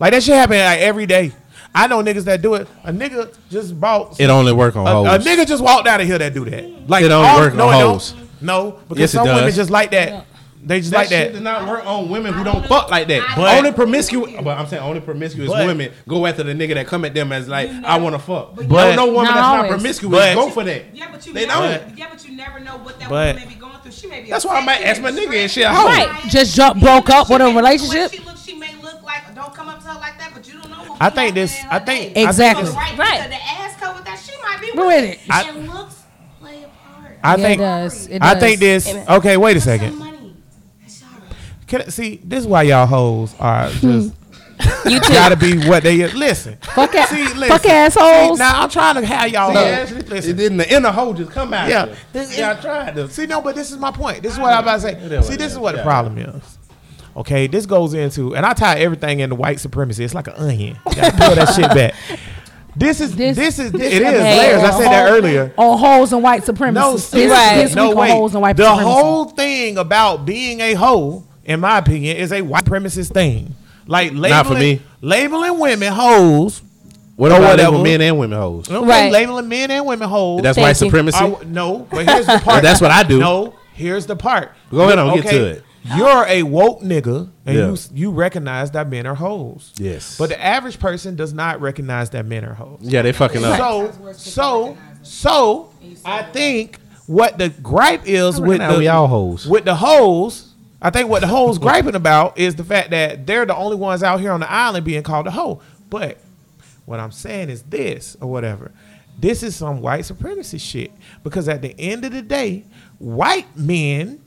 C: Like that shit happen like every day. I know niggas that do it. A nigga just bought.
F: It only work on
C: a, a
F: hoes.
C: nigga just walked out of here that do that. Like
F: It don't
C: all-
F: work
C: no,
F: on
C: it don't.
F: hoes.
C: No, because
F: Yes, it
C: some women
F: does.
C: just like that. They just
F: that
C: like
F: shit
C: that.
F: does not work on women who don't fuck like that.
C: But-
F: only promiscuous, but I'm saying only promiscuous
C: But-
F: women go after the nigga that come at them as like I want to fuck. But
C: But-
F: no, no woman
D: Not
F: that's not
D: always.
F: promiscuous
C: But-
F: go for that.
G: Yeah, but you
F: They
G: never,
F: don't.
G: Yeah, but you never know what that
C: But-
G: woman may be going through. She may be.
F: That's why I
G: upset.
F: might
G: She may
F: ask my
G: be
F: nigga and
G: stressed.
F: she a hoe.
E: Right.
D: Just jump-
G: She
D: broke
G: may-
D: up
G: she
D: with a
G: may look the way
D: relationship?
G: She look, she may look like. Don't come up to her like that, but you don't know. who
C: I think
G: she might
C: this-
G: be in
C: I
G: her
C: think-
G: day.
D: Exactly.
G: She look Right.
E: Right.
G: because The ass coat with that, she might be
D: With it.
C: I-
G: And looks play a part.
C: I
D: Yeah,
C: think.
D: it does. It
C: I
D: does.
C: think this.
E: Amen.
C: Okay, wait a
G: Some
C: second.
G: money. It's all right.
C: Can, I- see, this is why y'all hoes are just
E: You too.
C: gotta be what they is. Listen.
D: Fuck ass-
C: See, listen.
D: fuck assholes.
C: See, now I'm trying to have y'all.
F: No.
C: hoes.
F: And
C: Listen.
F: then the inner hole just come out.
C: Yeah.
F: This, yeah, I tried to.
C: See, no, but this is my point. This is what I'm about to say.
F: is
C: See,
F: what it
C: this
F: is.
C: is what the
F: Yeah.
C: problem is. Okay, this goes into, and I tie everything into white supremacy. It's like an onion. You gotta peel that shit back. This is this,
D: This-
C: is it is
E: Okay.
C: layers. I said that
D: Hoes-
C: earlier.
D: On hoes and white supremacists.
C: No,
D: This-
C: seriously.
E: Right.
D: this
C: no
D: week
C: way.
D: on hoes and white
C: the
D: supremacists.
C: whole thing about being a hoe, in my opinion, is a white premises thing. Like labeling,
F: Not for me.
C: labeling women hoes.
F: What
C: Or
F: about
C: whatever.
F: label men and women hoes?
C: Okay,
E: Right.
C: Labeling men and women hoes.
F: That's
E: Thank
F: white
E: you.
F: supremacy.
C: Are- no, but here's the part.
F: That's what I do.
C: No, here's the part.
F: Go ahead on, get to it.
C: You're a woke nigga, and
F: Yeah.
C: you you recognize that men are hoes.
F: Yes.
C: But the average person does not recognize that men are hoes.
F: yeah, they fucking up.
C: So, so, so, I think what the gripe is with
F: now
C: the
F: we all hoes.
C: with the hoes. I think what the hoes griping about is the fact that they're the only ones out here on the island being called a hoe. But what I'm saying is this or whatever. This is some white supremacy shit because at the end of the day, white men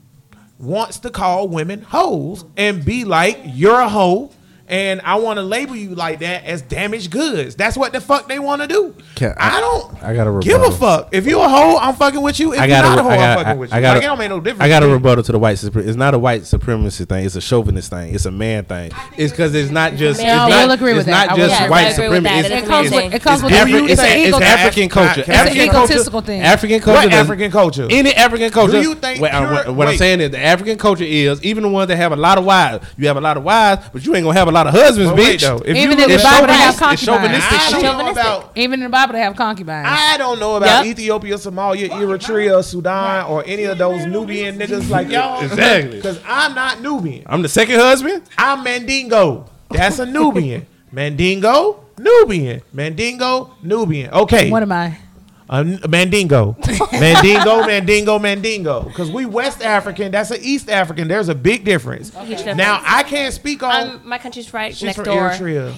C: wants to call women hoes and be like, "You're a hoe." And I want to label you like that as damaged goods. That's what the fuck they want to do.
F: Can-
C: I,
F: I-
C: don't.
F: I gotta
C: give a
F: rebuttal.
C: fuck. If you a hoe, I'm fucking with you. If
F: I
C: you're
F: got
C: not a
F: to.
C: hoe,
F: I
C: I'm
F: got.
C: fucking
F: I,
C: with you.
F: I got.
C: like, it don't make no difference.
F: I got a
C: to
F: rebuttal to the white. Suprem- it's not a white supremacy thing. It's a chauvinist thing. It's a man thing. It's because it's not just.
E: Yeah, I
F: it's
E: will
F: not,
D: agree with
F: it's
D: that. I
F: not
D: will
F: just
E: agree with
F: white
E: that.
F: supremacy.
E: It
F: It's-
D: It comes with it comes with
F: Afri-
D: every, it's,
F: it's,
D: an
F: a-
D: ego.
F: it's African culture.
C: It's an
D: egotistical thing.
F: African culture.
C: What
F: does-
C: African culture?
F: Any African culture.
C: you think
F: What, I-
C: pure-
F: what I'm
C: wait.
F: saying is the African culture is even the ones that have a lot of wives. You have a lot of wives, but you ain't gonna have a lot of husbands,
C: But
F: bitch.
C: wait, though, if
D: Even
C: you
D: in the
C: look
F: it's
C: at-
D: Bible, they have
F: chauvinist- it's
D: concubines.
F: chauvinistic.
C: I don't know
E: Chauvinistic.
C: about
D: Even in the Bible, they have concubines.
C: I don't know about
E: Yep.
C: Ethiopia, Somalia, Eritrea, Sudan, or any of those Nubian niggas like y'all.
F: Exactly.
C: Because I'm not Nubian.
F: I'm the second husband.
C: I'm Mandingo. That's a Nubian. Mandingo, Nubian. Mandingo, Nubian. Okay.
D: What am I?
C: A Uh, n- a Mandingo. Mandingo, Mandingo, Mandingo. Because we West African, that's an East African. There's a big difference.
E: Okay.
C: Now, I can't speak on.
E: I'm, Um, my country's right
C: she's
E: next
C: from
E: door.
C: Eritrea.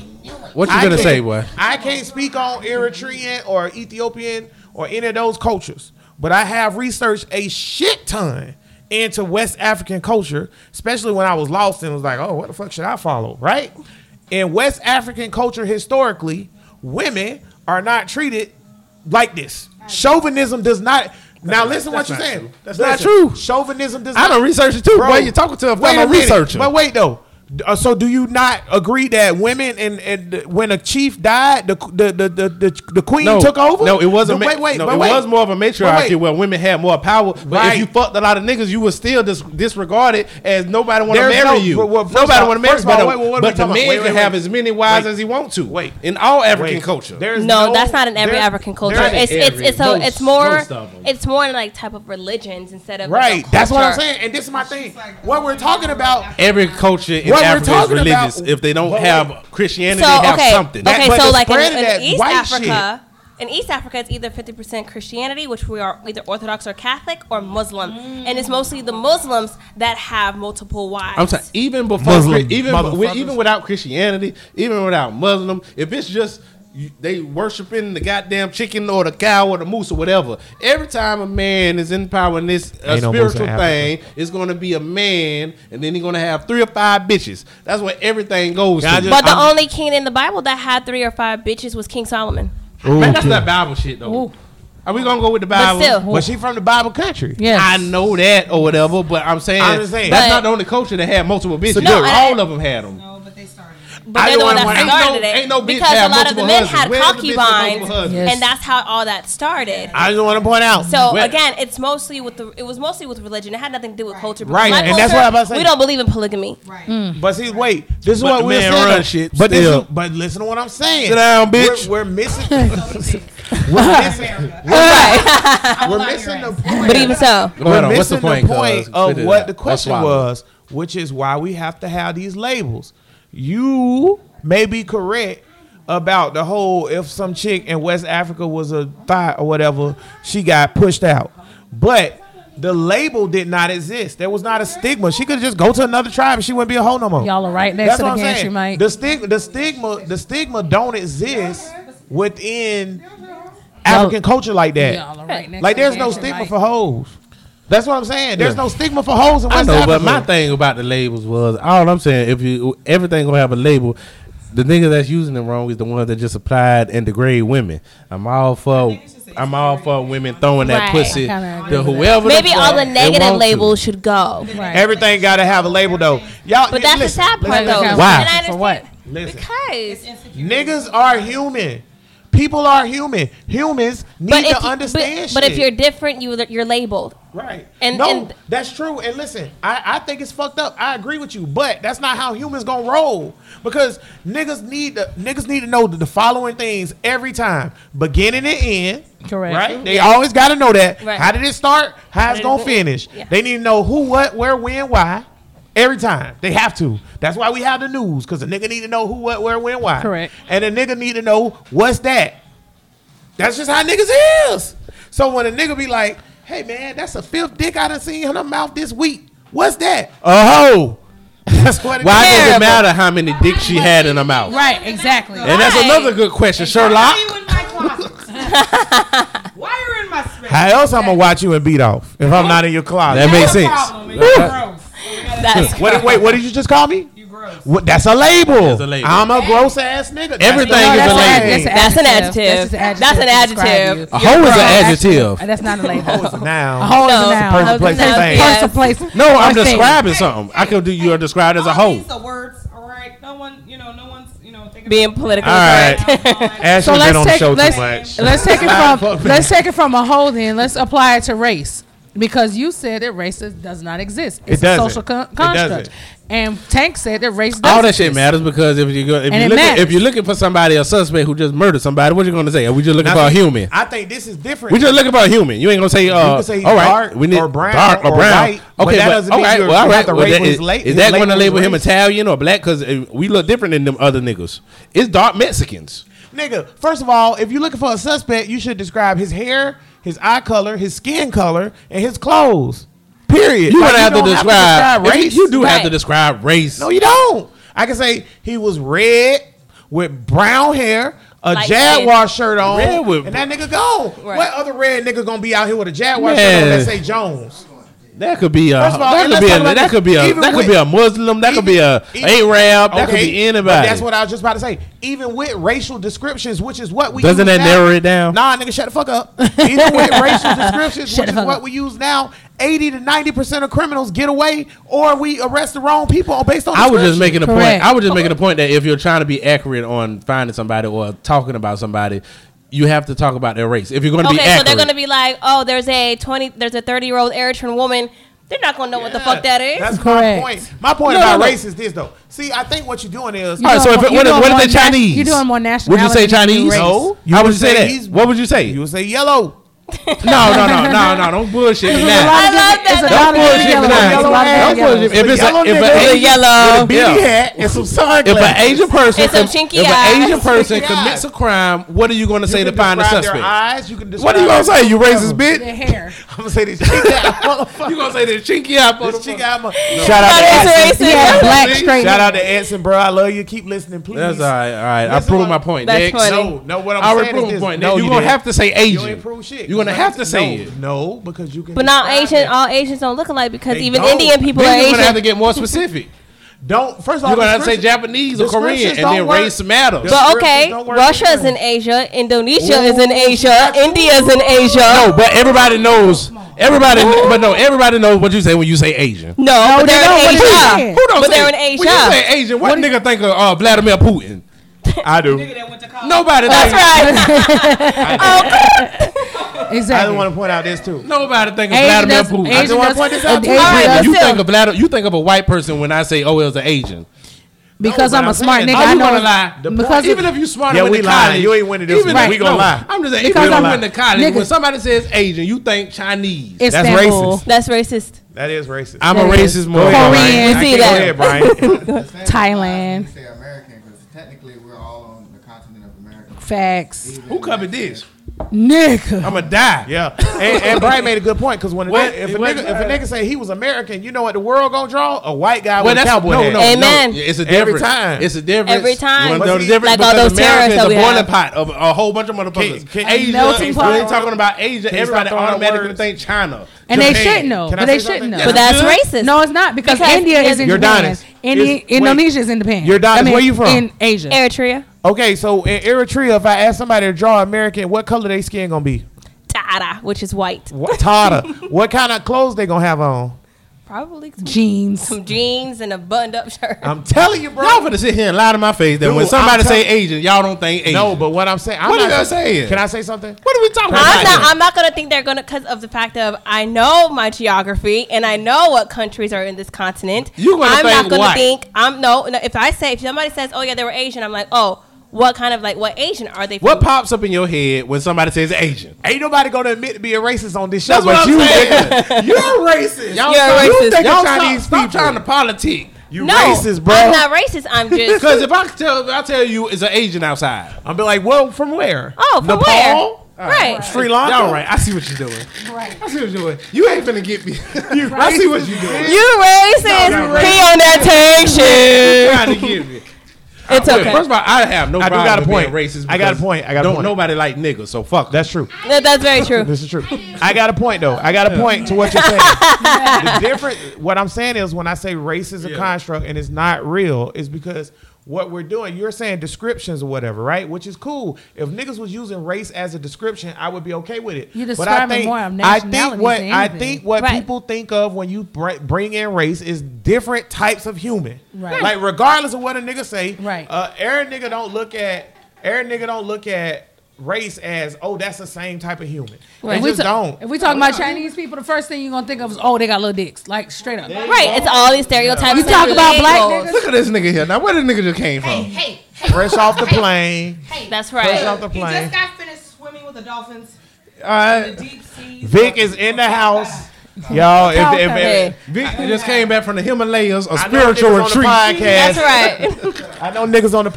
F: What you
C: I
F: gonna
C: can't-
F: say, boy?
C: I can't speak on Eritrean or Ethiopian or any of those cultures, but I have researched a shit ton into West African culture, especially when I was lost and was like, oh, what the fuck should I follow, right? In West African culture, historically, women are not treated like this. Chauvinism does not. Now listen, what you're saying. That's
F: not true.
C: Chauvinism does
F: I
C: not.
F: done researched it too, boy. You talking to a fellow
C: minute.
F: researcher.
C: But wait though. D- uh, so do you not agree that women and, and the- when a chief died, the the the the, the, the queen took over?
F: No, it wasn't.
C: But
F: ma-
C: wait, wait,
F: no,
C: but
F: it
C: wait.
F: was more of a
C: But
F: matriarchy
C: wait.
F: where women had more power. But
C: Right.
F: if you fucked a lot of niggas, you were still dis- disregarded as nobody want to
C: There's
F: marry
C: no-
F: you.
C: but- well, first
F: nobody
C: off-
F: want to marry
C: first
F: you.
C: of all,
F: But,
C: wait,
F: a-
C: well, what are we
F: but the
C: talking
F: man
C: about? Wait,
F: can
C: wait,
F: have
C: wait.
F: as many wives
C: Wait.
F: as he want to.
C: Wait.
F: in all African
C: Wait.
F: culture.
C: There's
E: No, that's not in every
C: there-
E: African culture.
C: there's-
E: It's it's it's so
F: Most-
E: it's more
F: most of 'em.
E: it's more in like type of religions instead of like,
C: right.
E: a
C: That's what I'm
E: culture.
C: saying. And this is my thing. What we're talking about.
F: Every culture
C: What we're
F: in Africa is
C: talking about-
F: religious. if they don't
C: But wait.
F: have Christianity,
E: So
F: they have
E: okay,
F: something.
E: okay,
C: But
E: so
C: the
E: like in,
C: spread of
E: in
C: that
E: East
C: white
E: Africa, in East Africa, it's either fifty percent Christianity, which we are either Orthodox or Catholic, or Muslim, and it's mostly the Muslims that have multiple wives.
F: I'm saying even before
C: Muslim
F: even
C: motherfuckers.
F: with, even without Christianity, even without Muslim, if it's just you, they worshiping the goddamn chicken or the cow or the moose or whatever. Every time a man is in power in this uh,
C: Ain't no moose in
F: spiritual
C: Africa.
F: thing, it's going to be a man, and then he's going to have three or five bitches. That's what everything goes.
C: Can I
F: to.
C: just-
E: but the
C: I'm-
E: only king in the Bible that had three or five bitches was King Solomon.
F: Man, that's not Bible shit though.
D: Ooh.
F: Are we gonna go with the
E: But
F: Bible?
E: still,
C: Well, she from the Bible country.
D: Yes.
F: I know that or whatever, but I'm saying,
C: I'm just saying.
F: that's
E: But-
F: not the only culture that had multiple bitches.
E: No,
F: Look,
E: I-
F: all of them had them.
G: No, but they started.
E: but they're the one
F: Ain't
E: that
F: no-
E: started it
F: ain't no bitch
E: because a
F: had
E: lot of the
F: multiple
E: men
F: husbands.
E: had
F: Where the bitch with multiple
E: concubines,
F: husbands?
D: Yes.
E: and that's how all that started.
C: I just want to point out.
E: So
F: Well-
E: again, it's mostly with the it was mostly with religion. It had nothing to do with culture. because
C: Right,
E: my
C: and that's
E: culture,
C: what I'm about to say.
E: We don't believe in polygamy.
G: Right.
C: But see, wait. This is
F: But
C: what
F: the
C: we're
F: man
C: saying.
F: run
C: though.
F: shit
C: but this
F: still.
C: is, but listen to what I'm saying.
F: Sit down, bitch.
C: We're, we're missing. we're missing. We're, we're missing the point.
E: But even so,
F: Go ahead
C: we're
F: on. What's
C: missing
F: the
C: the point,
F: point, cuz? Spit
C: of
F: it
C: what
F: out.
C: the
F: Let's
C: question
F: swallow it.
C: was, which is why we have to have these labels. You may be correct about the whole if some chick in West Africa was a thigh or whatever, she got pushed out. But the label did not exist. There was not a stigma. She could just go to another tribe and she wouldn't be a hoe no more.
D: Y'all are right next to the pantry, Mike.
C: The stigma, the stigma, the stigma don't exist within African culture like that.
D: Y'all are right next
C: Like
D: to
C: there's
D: the
C: no
D: pantry,
C: stigma
D: Mike.
C: for hoes. That's what I'm saying. There's no stigma for hoes in
F: I
C: West
F: know,
C: Africa.
F: but my thing about the labels was all I'm saying. If you everything gonna have a label, the nigga that's using it wrong is the one that just applied and degrade women. I'm all for. I'm all for women throwing
E: Right.
F: that pussy
D: I kinda
F: to
D: agree with
F: whoever.
E: maybe
F: fuck
E: all the
F: they
E: negative
F: want to.
E: labels should go.
D: Right.
C: Everything got to have a label though. Y'all,
E: But that's the
C: listen,
E: sad part,
C: listen,
E: though.
D: listen.
F: Why?
E: And
D: For
E: I understand-
D: what?
C: Listen,
E: Because.
C: niggas are human. People are human. Humans need
E: But
C: to
E: if, you,
C: understand
E: but,
C: shit.
E: but if you're different, you you're labeled.
C: Right.
E: And-
C: no,
E: and-
C: that's true. And listen, I, I think it's fucked up. I agree with you, but that's not how humans gonna roll. Because niggas need to niggas need to know the, the following things every time, beginning and end.
D: Correct.
C: Right. They always gotta know that.
E: Right.
C: How did it start? How it's
E: did
C: gonna
E: it-
C: finish?
E: yeah.
C: They need to know who, what, where, when, why. Every time they have to. That's why we have the news because a nigga need to know who, what, where, when, why.
D: Correct.
C: And a nigga need to know what's that. That's just how niggas is. So when a nigga be like, hey man, that's a fifth dick I done seen in her mouth this week. What's that? A hoe. That's what it
F: Why
C: is.
F: does it matter how many dicks she had in her mouth?
D: Right, exactly.
F: And that's
E: Right.
F: another good question,
G: Why
F: Sherlock.
G: are you in my closet? Why are you in my space?
C: How else I'm gonna watch you and beat off if I'm not in your closet?
F: That makes
G: That's a
F: sense.
G: problem. You're gross.
E: That's
C: What, wait, what did you just call me?
G: You gross. gross.
C: What- that's a label.
F: It's a label.
C: I'm a gross ass nigga. That's
F: Everything
C: the
F: is a
D: that's,
F: label.
D: ad-
F: lady.
D: that's an
E: That's an
D: adjective.
E: adjective.
D: That's an
E: That's an
D: adjective.
E: adjective.
D: to
F: A
D: describe
F: hoe is an
D: you.
F: adjective.
D: That's not a label.
C: Noun.
D: A hoe is a
E: No.
D: noun.
E: Hoes
C: Person, place,
E: and
C: or
E: nouns,
C: thing.
E: yes.
D: Person, place.
F: No, I'm
D: or thing.
F: describing something. I could do you are described as a
G: All
F: hoe.
G: These are words, all right. No one, you know, no one's, you know, thinking
E: Being politically
C: All right.
E: correct.
C: Ashley's
D: So
C: been
D: let's
C: on the
D: take
C: show
D: let's,
C: too much.
D: let's take it from let's take it from a hoe then. Let's apply it to race because you said that race is- does not exist. It's a
C: doesn't.
D: social con-
C: It
D: construct.
C: doesn't.
D: And Tank said that race does
F: All that shit
D: exist.
F: matters because if you go, if
D: And
F: you
D: it
F: look, at- if
D: matters.
F: you're looking for somebody a suspect who just murdered somebody, what you gonna say? Are we just looking for a
C: I think-
F: human?
C: I think this is different.
F: We just looking for a human. You ain't gonna say, uh,
C: You can say
F: all right,
C: dark
F: we need
C: or brown
F: dark or
C: or
F: brown.
C: white, but
F: okay,
C: that
F: but,
C: doesn't
F: all
C: mean
F: right,
C: you-
F: well, all
C: you have
F: right.
C: to
F: Well,
C: label
F: that
C: his
F: is,
C: la-
F: is that
C: label
F: going to
C: his
F: label him
C: race.
F: Italian or black? Because we look different than them other niggas. It's dark Mexicans.
C: Nigga, first of all, if you're looking for a suspect, you should describe his hair, his eye color, his skin color, and his clothes. Period.
F: You
C: Like,
F: gonna have, to
C: don't
F: describe, if you-
C: race.
F: You do have
E: Right.
F: to describe race.
C: No, you don't. I can say he was red with brown hair, a
E: Light
C: Jaguar shirt on,
F: Red with-
C: and that nigga gone.
E: Right.
C: What other red nigga gonna be out here with a Jaguar shirt on
F: Man.
C: that say Jones?
F: That could be a
C: First of all,
F: that
C: and
F: could
C: let's
F: be
C: talk
F: a
C: about
F: that
C: this.
F: could be a
C: Even
F: that could
C: with-
F: be a Muslim. That could be a
C: even-
F: Arab. That could
C: Okay,
F: be
C: but
F: anybody.
C: that's what I was just about to say. Even with racial descriptions, which is what we
F: Doesn't
C: use
F: that
C: now-
F: narrow it down?
C: Nah, nigga, shut the fuck up. Even with racial descriptions,
D: Shut
C: which
D: the
C: is
D: fuck
C: what
D: up.
C: we use now, eighty to ninety percent of criminals get away, or we arrest the wrong people on based on.
F: I was
C: description.
F: just making a point.
D: Correct.
F: I was just making a point that if you're trying to be accurate on finding somebody or talking about somebody, you have to talk about their race. If you're going to
E: Okay,
F: be
E: so
F: accurate,
E: they're gonna be like, oh, there's a twenty, there's a thirty year old Eritrean woman. They're not gonna know what the fuck that is.
C: That's
D: Correct.
C: my point. My point
F: No,
C: about
F: no, no.
C: race is this though. See, I think what you're doing is
D: You
F: All right. So
D: doing
F: if it,
D: more-
F: what,
D: you doing
F: if- what if they
D: more nat-
F: Chinese?
D: you doing more
F: Would you say
D: nationality than you do
F: Chinese?
D: race.
C: No. You
F: How would
C: would
F: you say
C: say
F: that?
C: he's-
F: What would you say?
C: you would say yellow.
F: no, no, no, no, no. Don't bullshit
D: It's
F: me
D: a lot of
F: now.
E: I
D: different-
E: love
D: it's a
E: that.
D: lot
F: Don't
D: of different
F: bullshit
D: yellows.
F: me now.
D: It's a lot of
C: Don't
D: different
C: bullshit
D: yellows.
C: me.
F: If it's a,
C: Yellow
F: if
C: nigga
F: a,
C: with
E: the yellow.
F: if
C: BB
F: a-
C: hat and some
F: If
C: sunglasses.
F: an Asian person,
E: It's some
F: com-
E: chinky
F: if
E: eyes.
F: an Asian person
C: Chinky
F: commits
C: eyes.
F: a crime, what are you going to
C: You
F: say to
C: can
F: find a
C: describe Their
F: suspect?
C: eyes, you can
F: What are you going to say? You racist
D: The
F: bitch?
D: hair.
C: I'm gonna say this chick out, motherfucker.
F: You going to say this chinky eye
C: this chick
F: motherfucker?
C: out, my-
F: Shout
E: Not
F: Addison.
E: racist.
D: Yeah, black
F: Please.
D: straight.
C: Shout out to Anson, bro. I love you. Keep listening, please.
F: That's all right. All right. I
C: Listen,
F: proved
C: I-
F: my point.
E: That's
F: Nick.
E: funny.
C: No, no. What I'm
F: I already
C: saying is
F: proved my
C: this.
F: point.
C: No,
F: Nick.
C: you
F: You're going to
C: didn't.
F: have to say
C: You
F: Asian.
C: ain't prove shit.
F: You're going to
C: Cause
F: have
C: I-
F: to say
C: no,
F: it.
C: No, because you can.
E: But not
C: describe
E: Asian. uh,
C: it.
E: All Asians don't look alike because
C: They
E: even
C: don't.
E: Indian people
F: Then
E: are
F: you're going to have to
E: Asian.
F: get more specific.
C: Don't. First of all,
F: You're going to have to say
C: description-
F: Japanese or Korean,
C: descriptions
F: and then
C: don't work.
F: race matters.
E: But
C: Descriptions
E: okay,
C: don't work
E: Russia is
C: either.
E: in Asia. Indonesia is in
C: Ooh,
E: Asia.
C: that's-
E: India is in Asia.
F: No, but everybody knows. Everybody, kn- but no, everybody knows what you say when you say Asian.
E: No, but
D: they
E: they're
D: don't. What
E: in
D: is
E: Asia.
D: that?
F: Who don't
E: But
F: say,
E: they're in
F: When you say
E: Asia.
F: Asian, what, nigga think of uh, Vladimir Putin?
C: I do.
G: Nigga that went to college.
F: Nobody.
E: That's
F: think,
E: right.
C: I
D: Exactly.
C: just want to point out this too.
F: Nobody think of
D: Asian
F: Vladimir
D: doesn't-
F: Putin.
D: Asian
C: wanna
D: doesn't-
C: point this out to
D: Asian
C: you.
E: All right,
D: doesn't-
E: but
F: you
E: still-
F: think of Vlad, You think of a white person when I say, "Oh, it was an Asian."
D: because
C: No,
D: I'm
C: but
D: a
C: I'm
D: smart
C: saying-
D: nigga.
C: Oh,
D: I
C: you
D: know
C: wanna
D: it-
C: lie. The
D: Because
F: even if you smarter
C: Yeah,
F: than
C: we
F: the
C: lying.
F: college,
C: You ain't winning this
F: even
C: one.
F: if-
C: We gonna
F: no,
C: lie.
F: I'm just saying,
D: Because
F: even if
D: I'm-
F: you went to college, when
D: Nigga.
F: somebody says Asian, you think Chinese.
C: That's
D: Istanbul,
C: racist.
E: That's racist.
C: That is racist.
F: I'm
D: That
F: a
D: is.
F: racist more.
C: Go ahead,
D: Korean.
C: Brian. Go
E: See that.
C: ahead, Brian.
D: Thailand.
J: You say American because technically we're all on the continent of America.
D: Facts.
F: Who covered this?
D: Nigga.
F: I'ma die.
C: Yeah, and, and Brian made a good point because when a
F: What?
C: nigga, if,
F: It
C: a
F: wasn't
C: nigga, if a
F: Brian.
C: nigga say he was American, you know what the world gonna draw? A white guy with
F: Well,
C: a
F: that's
C: cowboy
F: no,
C: hat.
F: no,
E: Amen.
F: no. It's a
C: Every
F: difference.
C: time.
F: It's a difference.
E: Every time.
F: You wanna
C: But
F: know the difference?
E: see- Like all
F: Because
E: those terrorists
F: America is
E: that
F: a
E: we
F: boiling
E: have.
F: pot of a whole bunch of motherfuckers.
C: Can- can-
D: melting
F: Asia.
D: pot.
F: We're talking about Asia.
C: Can you
F: Everybody
C: stop throwing out
F: automatically
C: words?
F: think China.
D: And they
F: Japan.
D: shouldn't know.
C: Can I
D: But
C: say
D: they
C: something?
D: shouldn't know.
C: Yes,
E: But that's racist.
D: No, it's not because,
E: Because
D: India is in
C: You're
D: Japan.
C: Donis.
D: Indi-
C: It's- wait.
D: Indonesia is in Japan.
C: You're Donis.
D: I mean,
C: Where you from?
D: In Asia.
E: Eritrea.
C: Okay, so in Eritrea, if I ask somebody to draw American, what color they skin gonna be?
E: Tara, which is white.
C: What Tata? what kind of clothes they gonna have on?
E: Probably
D: Jeans.
E: some jeans and a buttoned up shirt.
C: I'm telling you, bro.
F: Y'all finna sit here and lie to my face that
C: Dude,
F: when somebody
C: I'm
F: say
C: tell-
F: Asian, y'all don't think Asian.
C: no, but what I'm saying, I'm
F: What
C: not,
F: are you saying?
C: Can I say something?
F: what are we talking about?
E: I'm
F: here?
E: not. I'm not gonna think they're gonna because of the fact of I know my geography and I know what countries are in this continent.
F: You gonna
E: I'm
F: think
E: not gonna
F: white.
E: think. I'm no, no. If I say if somebody says, oh yeah, they were Asian, I'm like, oh, what kind of like what Asian are they?
F: What
E: from?
F: pops up in your head when somebody says Asian?
C: Ain't nobody gonna admit to be a racist on this show,
F: That's
C: but
F: what I'm
C: you,
F: saying.
C: nigga, you're racist.
F: Y'all
E: You're
F: stop-
E: racist.
F: You think
C: Y'all
F: of
C: stop-
F: Chinese
C: stop
F: people.
C: trying
F: trying to politic.
C: You
E: No,
C: racist, bro.
E: I'm not racist. I'm just.
F: Because if I tell, I tell you it's an Asian outside.
C: I'm be like, well, from where?
E: Oh, from
C: Nepal?
E: where? Right.
C: Uh, Sri Lanka.
F: Y'all right. I see what you're doing.
G: Right.
F: I see what you're doing. You ain't finna get me. You- I see what you're doing.
E: You racist. He on that tag shit.
F: You trying to get me.
E: It's
F: Look,
E: okay.
F: First of all, I have no
C: I do
F: problem
C: got a
F: with being
C: point.
F: racist.
C: I got a
F: because
C: point. I got a
F: don't
C: point.
F: nobody like niggas, so fuck. 'em.
C: That's true.
E: That- that's very true.
C: This is true. I got a point though. I got a point to what you're saying. the difference, what I'm saying is, when I say race is a
F: Yeah.
C: construct and it's not real, is because what we're doing. You're saying descriptions or whatever, right? Which is cool. If niggas was using race as a description, I would be okay with it.
D: You're
C: But I
D: describing
C: think-
D: more of
C: I think
D: nationalities
C: what
D: than
C: I
D: anything.
C: think what
E: Right.
C: people think of when you br- bring in race is different types of human.
D: Right.
C: Like regardless of what a nigga say,
D: Right.
C: uh, every nigga don't look at every nigga don't look at race as oh that's the same type of human. They
D: If we
C: just
D: ta-
C: don't.
D: If we talking about Chinese people, the first thing you're gonna think of is oh they got little dicks, like straight up.
E: Right. It's all these stereotypes.
D: You
E: and
D: talk about black
E: labels.
D: niggas.
F: Look at this nigga here. Now, where the nigga just came
B: Hey,
F: from?
B: hey, hey.
C: Fresh off the plane.
B: Hey,
E: That's
C: Fresh off
E: right.
C: the
G: He
C: plane.
G: just got finished swimming with the dolphins
F: All right.
G: in the deep sea.
C: Vic is in the house. Y'all, if, if, if,
E: Hey.
F: Vic just came back from the Himalayas, a
C: I know
F: spiritual
C: niggas on the
F: retreat.
C: podcast-
E: That's right.
C: I know niggas on the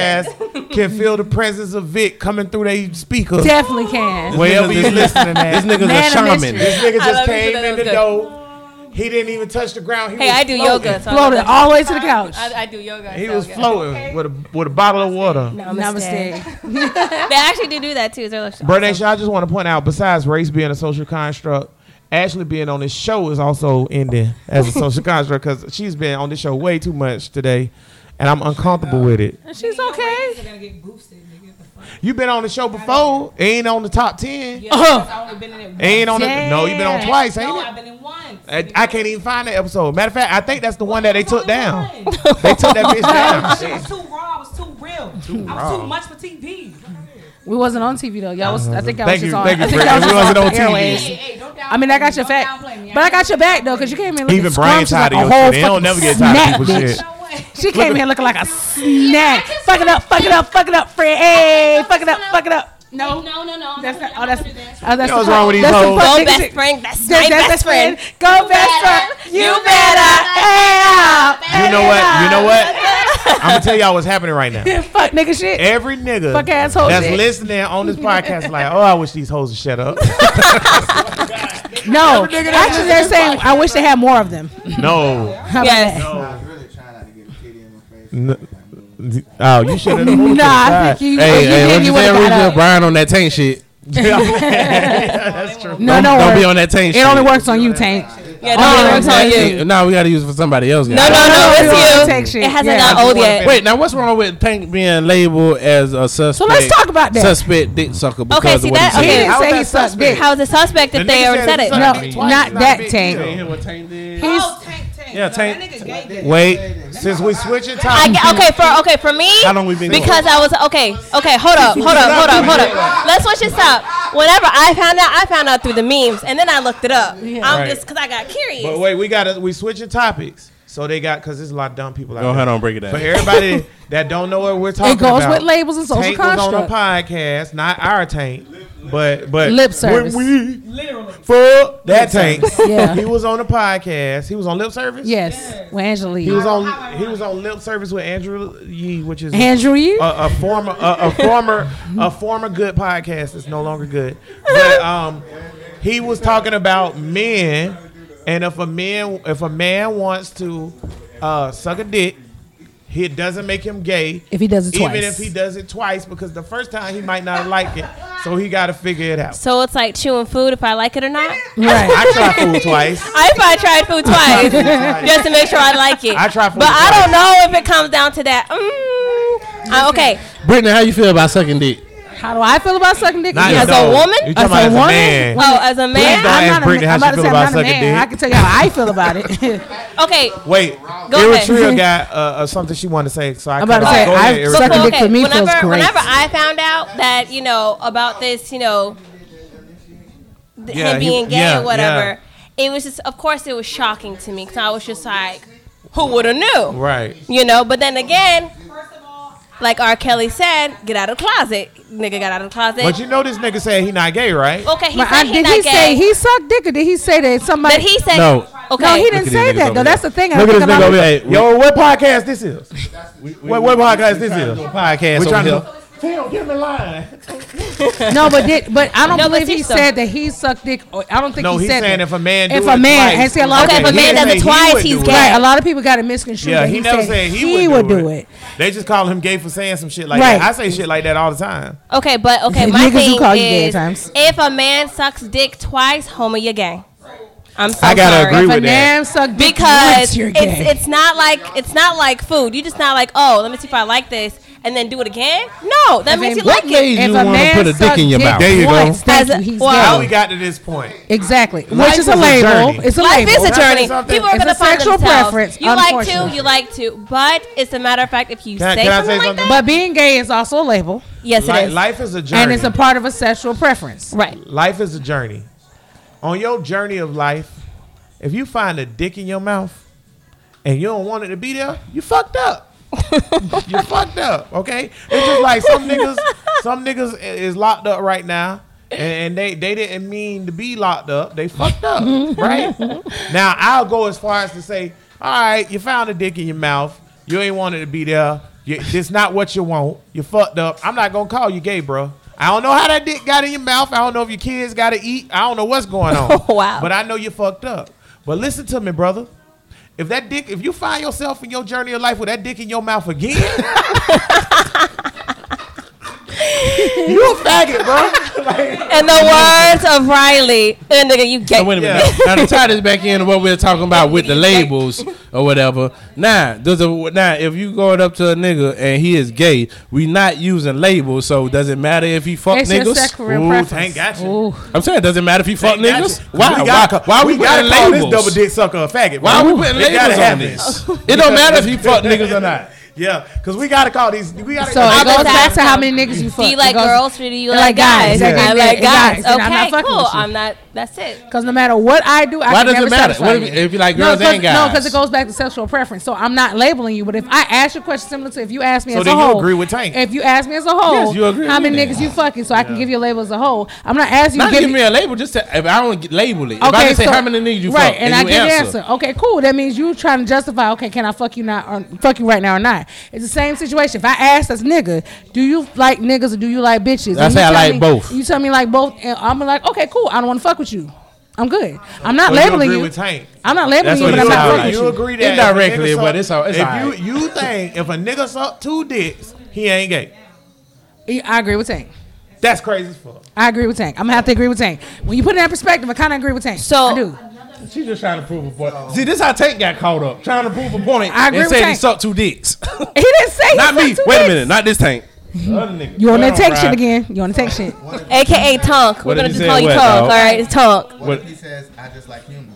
C: podcast can feel the presence of Vic coming through their speaker.
D: Definitely can.
C: Wherever
F: This
C: you
F: nigga-
C: listening
F: This
C: at.
F: nigga's
D: Man
F: a
D: of
F: shaman.
D: mystery.
C: This nigga
E: I love
C: just
E: you,
C: came
E: that
C: in the
E: was good.
C: door. He didn't even touch the ground. He
E: Hey,
C: was
E: I do
C: floating.
E: yoga. So I
D: Floated
E: love that.
D: all the way to the couch.
E: I, I do yoga.
C: He
E: so
C: was
E: good.
C: floating with a with a bottle of water.
D: Namaste.
E: They actually do do that too. They're like,
C: Bro Nation, I just want to point out, besides race being a social construct, Ashley being on this show is also ending as a social construct because she's been on this show way too much today, and I'm uncomfortable with it.
D: She's okay.
G: They're gonna get boosted, nigga. What the fuck?
C: You've been on the show before, ain't on the top ten,
G: Yeah, because I only been in it once.
C: ain't on the no. You've been on
D: Damn.
C: twice, ain't
G: No,
C: it?
G: I've been in once.
C: I, I can't even find that episode. Matter of fact, I think that's the one that they
G: It
C: took
G: was only
C: down.
G: one.
C: They took that bitch down.
G: Shit was too raw. It was too real. I was too much for TV.
D: We wasn't on TV though. Y'all was. I think y'all
C: Thank
D: was just
C: you,
D: on.
C: thank
D: I
C: you,
D: think
C: Brittany.
D: y'all was
C: We
D: just
C: wasn't
D: on
C: on
D: the
C: TV.
D: airways.
G: Hey, don't downplay
D: I mean, I got
G: me.
D: your
G: Don't
D: back,
G: downplay me.
D: but I got your back though,
G: downplay
D: cause you came in looking
C: Even Brian
D: scrumptious
C: tired
D: like a
C: of your
D: whole
C: shit. They don't
D: fucking
C: never get tired of
D: snack,
C: people's
D: bitch.
C: shit.
D: She came here looking like a snack. Fuck it up, fuck it up, fuck it up, Fred. Hey, fuck it up, fuck it up.
G: No, no, no, no. I'm
D: That's not.
G: not,
D: Oh,
G: gonna-
D: that's.
G: I'm
D: Oh,
G: not gonna do that.
C: You
D: that's.
C: know what's
D: the-
C: wrong with these
D: that's the
C: hoes?
D: fuck
E: Go
D: niggas
E: best
D: that-
E: friend. That's
D: that's
E: my
D: that
E: best friend.
D: Go best friend. You better. Hey,
C: You know what? You know what? I'm gonna tell y'all what's happening right now.
D: Fuck nigga shit.
C: Every nigga
D: Fuck asshole
C: that's
D: shit.
C: listening on this podcast, like, oh, I wish these hoes would shut up.
D: No, actually, they're saying I wish they had more of them.
C: no,
D: How about
E: Yes.
C: No.
J: I was really trying not to get a kitty in my face.
C: oh, you should have.
D: Nah, I think you.
F: Hey,
D: if you
F: hey,
D: did,
F: what
D: you
F: you
D: would have
F: saying,
D: got
F: Regina?
D: up.
F: Brian on that tank shit.
C: That's true.
D: No, no,
F: Don't be
D: worries.
F: on that tank
D: It
F: shit.
D: only works on you, Tank.
E: yeah, no, no, it's on you.
F: No, we got to use it for somebody else.
E: No,
F: guys.
E: no, no,
D: Everyone take
E: it's you.
D: shit.
E: It hasn't
D: Oh, Yeah.
E: got old yet.
F: Wait, now what's wrong with Tank being labeled as a suspect?
D: So let's talk about that.
F: Suspect dick sucker because
E: Okay, see
F: of what
E: that-
F: he
D: He
E: okay.
F: said.
D: didn't
E: How
D: say
C: was
D: he
C: that
D: sucked
C: suspect?
D: dick.
E: How is it suspect
C: The
E: if they
C: nigga
E: already
C: said
E: said
C: it's
E: it?
C: not-
D: No,
C: Tank twice.
D: not
C: Not
D: that
C: big
D: Tank.
F: hear what Tank did?
D: He's
G: Oh, tank, tank.
C: Yeah,
G: No,
C: Tank-
G: That nigga gay, gay.
C: Wait, since we switching
E: I
C: topics,
E: get, okay for okay for me.
F: How long we been going?
E: Because I was okay. Okay, hold up, hold up, hold up, hold up. Let's switch this up. Whenever I found out, I found out through the memes, and then I looked it up. I'm
C: Right.
E: just because I got curious.
C: but wait, we got we switching topics. So they got because there's a lot of dumb people out
F: Go
C: there.
F: ahead on, break it down.
C: For everybody that don't know what we're talking
D: It goes
C: about,
D: with labels and social
C: Tank was on a
D: construct.
C: podcast, not our Tank, but but
D: Lip service.
C: When we
G: Literally.
C: fuck that Tank,
D: Yeah.
C: he was on a podcast. He was on lip service.
D: Yes, with Angela
C: He was
D: Yee.
C: on he was on lip service with Andrew Yee, which is
D: Andrew Yee?
C: a, a former a, a former a former good podcast that's no longer good. But um, he was talking about men, and if a man if a man wants to uh, suck a dick, he- it doesn't make him gay.
D: If he does it
C: even
D: twice.
C: if he does it twice, because the first time he might not like it, so he got to figure it out.
E: so it's like chewing food if I like it or not.
D: Right.
C: I tried food twice.
E: I probably tried food twice just to make sure I like it.
C: I tried food
E: but I
C: twice.
E: don't know if it comes down to that. Mm, I- okay,
F: Brittany, how you feel about sucking dick?
D: How do I feel about sucking dick?
C: Not
E: as
C: your
E: a
C: dog.
E: woman?
C: You talking
D: As a
C: about as a
D: woman?
C: man?
E: oh, as a
C: Please don't
E: man,
C: ask
D: I'm not a
C: Brittany
D: man.
C: how she
D: I'm about to
C: feel
D: say I'm
C: about
D: not a
C: sucking
D: man.
C: dick.
D: I can tell you how I feel about it.
E: okay.
C: Wait,
E: Go ahead.
C: Eritrea got uh, uh, something she wanted to say, so I
D: I'm about
C: cut
D: to
C: off.
D: say,
C: Go
D: I-
C: ahead,
D: so-
C: Eritrea.
D: Sucking dick for me
E: whenever,
D: feels great.
E: Whenever I found out that you know about this, you know, th-
C: Yeah,
E: him
C: he-
E: being gay
C: yeah,
E: or whatever, it was just, of course, it was shocking to me because I was just like, who would have knew,
C: Right.
E: you know? But then again,
G: First of all,
E: like R. Kelly said, get out of the closet, nigga, got out of the closet.
C: But you know this nigga said he not gay, right?
E: okay, he
D: But I-
E: said he
D: did
E: not
D: he
E: gay.
D: say he sucked dick or did he say that somebody?
E: but he said,
F: No.
E: okay,
D: No, he
F: Look
D: didn't say
F: at these niggas
D: that
F: over
D: though. That's
F: here.
D: the thing. I
F: Look at
D: think
F: this
D: a lot
F: nigga
D: of-
F: over here. Hey,
C: Yo, what podcast this is?
F: we- we-
C: What what podcast
F: we
C: this
F: trying to
C: is?
F: do a podcast
C: We
F: over
C: trying
F: here.
C: to Phil, get in line.
D: No, but did, but I don't
E: No, but
D: believe he
E: sister.
D: said that he sucked dick. Or, I don't think
C: No,
D: he
C: he's
D: said
C: saying
D: that.
C: if a man
D: if
C: do
D: a
C: it
D: man,
C: twice.
D: and see a lot
E: Okay,
D: of
E: if a
D: people,
E: man
C: didn't
E: does it
C: say he
E: twice,
C: would
E: he's
C: do it.
E: gay.
D: right, a lot of people got it misconstrued.
C: Yeah,
D: that
C: he, never
D: said
C: said he,
D: would do it.
C: They just call him gay for saying some shit like
D: Right.
C: that. I say shit like that all the time.
E: Okay, but okay, my
D: Niggas do
E: thing
D: call you gay at
E: is,
D: times.
E: if a man sucks dick twice, homie, you're gay. I'm so
F: I gotta
E: sorry.
F: agree
D: If a
F: with that.
D: man sucked dick
E: because
D: once, you're
E: it's
D: gay.
E: it's not like it's not like food. You just not like oh, let me see if I like this and then do it again. No,
D: I
E: that means
D: mean,
E: you
D: what
E: like
F: made
E: it.
F: you
D: if a
F: wanna
D: man
F: put a dick in your
D: sucked
F: mouth? There you go.
D: once, thank
E: As a-
D: you, he's
E: well-
C: How
E: Oh.
C: we
D: gay.
C: got to this point?
D: Exactly,
C: Life
D: which is
C: is
D: a
C: a
D: label.
C: journey.
D: it's a
E: Life
D: label.
E: is a
C: Can I say
E: journey.
C: something?
E: People are
D: It's a
E: gonna find
D: sexual
E: themselves.
D: preference,
E: You like to,
D: unfortunately.
E: you like to, but it's a matter of fact. If you
C: Can I-
E: say
C: can I
E: something
C: say
E: like
C: something?
E: that,
D: But being gay is also a label,
E: yes,
C: Li-
E: it is.
C: life is a journey.
D: and it's a part of a sexual preference.
E: Right.
C: life is a journey. On your journey of life, if you find a dick in your mouth and you don't want it to be there, you fucked up. you fucked up. Okay, it's just like some niggas. Some niggas i- is locked up right now. And and they, they didn't mean to be locked up. They fucked up, right? Now I'll go as far as to say, all right, you found a dick in your mouth. You ain't wanted to be there. You, this not what you want. You fucked up. I'm not gonna call you gay, bro. I don't know how that dick got in your mouth. I don't know if your kids got to eat. I don't know what's going on.
E: Wow.
C: But I know you fucked up. But listen to me, brother. If that dick, if you find yourself in your journey of life with that dick in your mouth again, you a faggot, bro. Like,
E: In the words of Riley, eh, nigga, you gay.
F: Now, wait a minute.
C: Yeah.
F: now to tie this back in to what we were talking about with the labels or whatever. Now, does a, now if you going up to a nigga and he is gay, we not using labels, so does it matter if he fuck
D: It's your
F: niggas?
D: sexual preference.
C: thank gotcha.
D: Ooh.
F: I'm saying, does it matter if he fuck
C: Thank gotcha.
F: niggas?
C: We
F: Why? why?
C: gotta-
F: Why we,
C: we
F: putting
C: gotta call this
F: labels?
C: double dick sucker a faggot? Bro.
F: Why we putting
C: It gotta
F: labels on
C: happen.
F: this? It don't matter if he fuck niggas or not.
C: Yeah, because we gotta call these. We gotta.
D: So it
E: I'll
D: goes
E: go
D: back
E: down.
D: to how many niggas you fuck.
E: Do you like
D: It goes-
E: girls or do you
D: I
E: like
D: like guys.
E: guys?
D: Exactly.
E: I
D: Yeah,
E: like guys.
D: guys. And I'm not
E: Okay,
D: fucking
E: cool.
D: with you.
E: I'm not. That's it.
D: Because no matter what I do, I
F: Why
D: can
F: does
D: never
F: it matter?
D: satisfy
F: What if- if you like girls
D: no, 'cause-
F: and
D: No,
F: guys?
D: because it goes back to sexual preference. So I'm not labeling you. But if I ask you a question similar to if you ask me
C: So
D: as
C: then
D: a
C: you
D: whole,
C: agree with Tank.
D: If you ask me as a whole,
F: Yes, you agree
D: how
F: with
D: many
F: me.
D: niggas you fucking? So I can give you a label as a whole. I'm not asking you.
F: Not
D: to give
F: give me a label. Just to, if I don't get- label it. If I just say
D: so-
F: how many niggas you
D: right,
F: fuck,
D: and, I
F: you
D: get the answer. Okay, cool. That means you trying to justify. Okay, can I fuck you not? Or fuck you right now or not? It's the same situation. If I ask this nigga, do you like niggas or do you like bitches? And
F: That's
D: you
F: how I
D: tell
F: like
D: me-
F: both.
D: You tell me like both, and I'm like, okay, cool. I don't want to fuck with you. I'm good. I'm not
C: So you
D: labeling
C: agree
D: you.
C: with Tank.
D: I'm not labeling
F: That's
D: you,
F: what
D: but
F: it
D: I'm not
F: sound
D: fucking
F: like.
D: with
C: You
D: you.
C: agree that
F: Indirectly,
C: if a nigga
F: but it's all- it's
C: if
F: all right.
C: you you think if a nigga suck two dicks, he ain't gay.
D: I agree with Tank.
C: That's crazy as fuck.
D: I agree with Tank. I'm gonna have to agree with Tank. When you put it in that perspective, I kind of agree with Tank.
E: So-
D: I do.
F: She just trying to prove a point. See, this how Tank got caught up trying to prove a point
D: I agree
F: and
D: with
F: said he
D: Tank.
F: sucked two dicks.
D: He didn't say. he
F: not me.
D: sucked two
F: Wait a
D: dicks.
F: minute. Not this Tank.
D: You on that Tank shit again? You on the Tank shit?
E: AKA Tonk. We're
F: What
E: gonna
F: did
E: just
F: he
E: call
F: say?
E: you
F: What,
E: Tonk.
F: dog?
E: All right, it's Tonk.
J: What,
F: What-
J: if he says, I just like humans?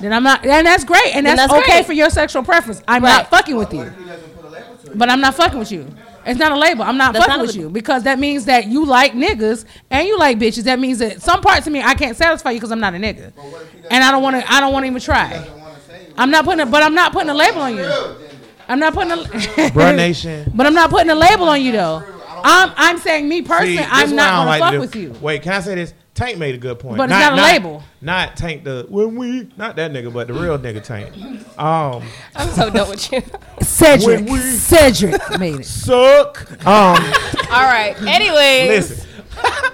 D: Then I'm not, and that's great, and
E: Then
D: that's,
E: that's
D: okay
E: great.
D: for your sexual preference. I'm
E: Right.
D: not fucking with you,
J: Who doesn't put a label to it?
D: but I'm not fucking with you. It's not a label. I'm not
E: That's
D: fucking
E: not a
D: with you
E: label.
D: because that means that you like niggas and you like bitches. That means that some parts of me I can't satisfy you because I'm not a nigga,
J: what if he doesn't-
D: and I don't want to. I don't want to even try.
J: Doesn't want to say
D: I'm not putting, a, but I'm not putting a label on you. I'm not putting a,
C: Bruh Nation.
D: But I'm not putting a label on you though. I'm I'm saying me personally,
C: See, this
D: I'm
C: is why
D: not
C: I
D: gonna
C: don't like
D: fuck
C: to
D: with
C: do-
D: you.
C: Wait, can I say this? Tank made a good point.
D: But it's not a label.
C: Not Tank the when we not that nigga, but the real nigga Tank. Um,
E: I'm so done with you.
D: Cedric,
C: When we-
D: Cedric made it.
C: suck. Um,
E: All right. Anyway.
C: listen.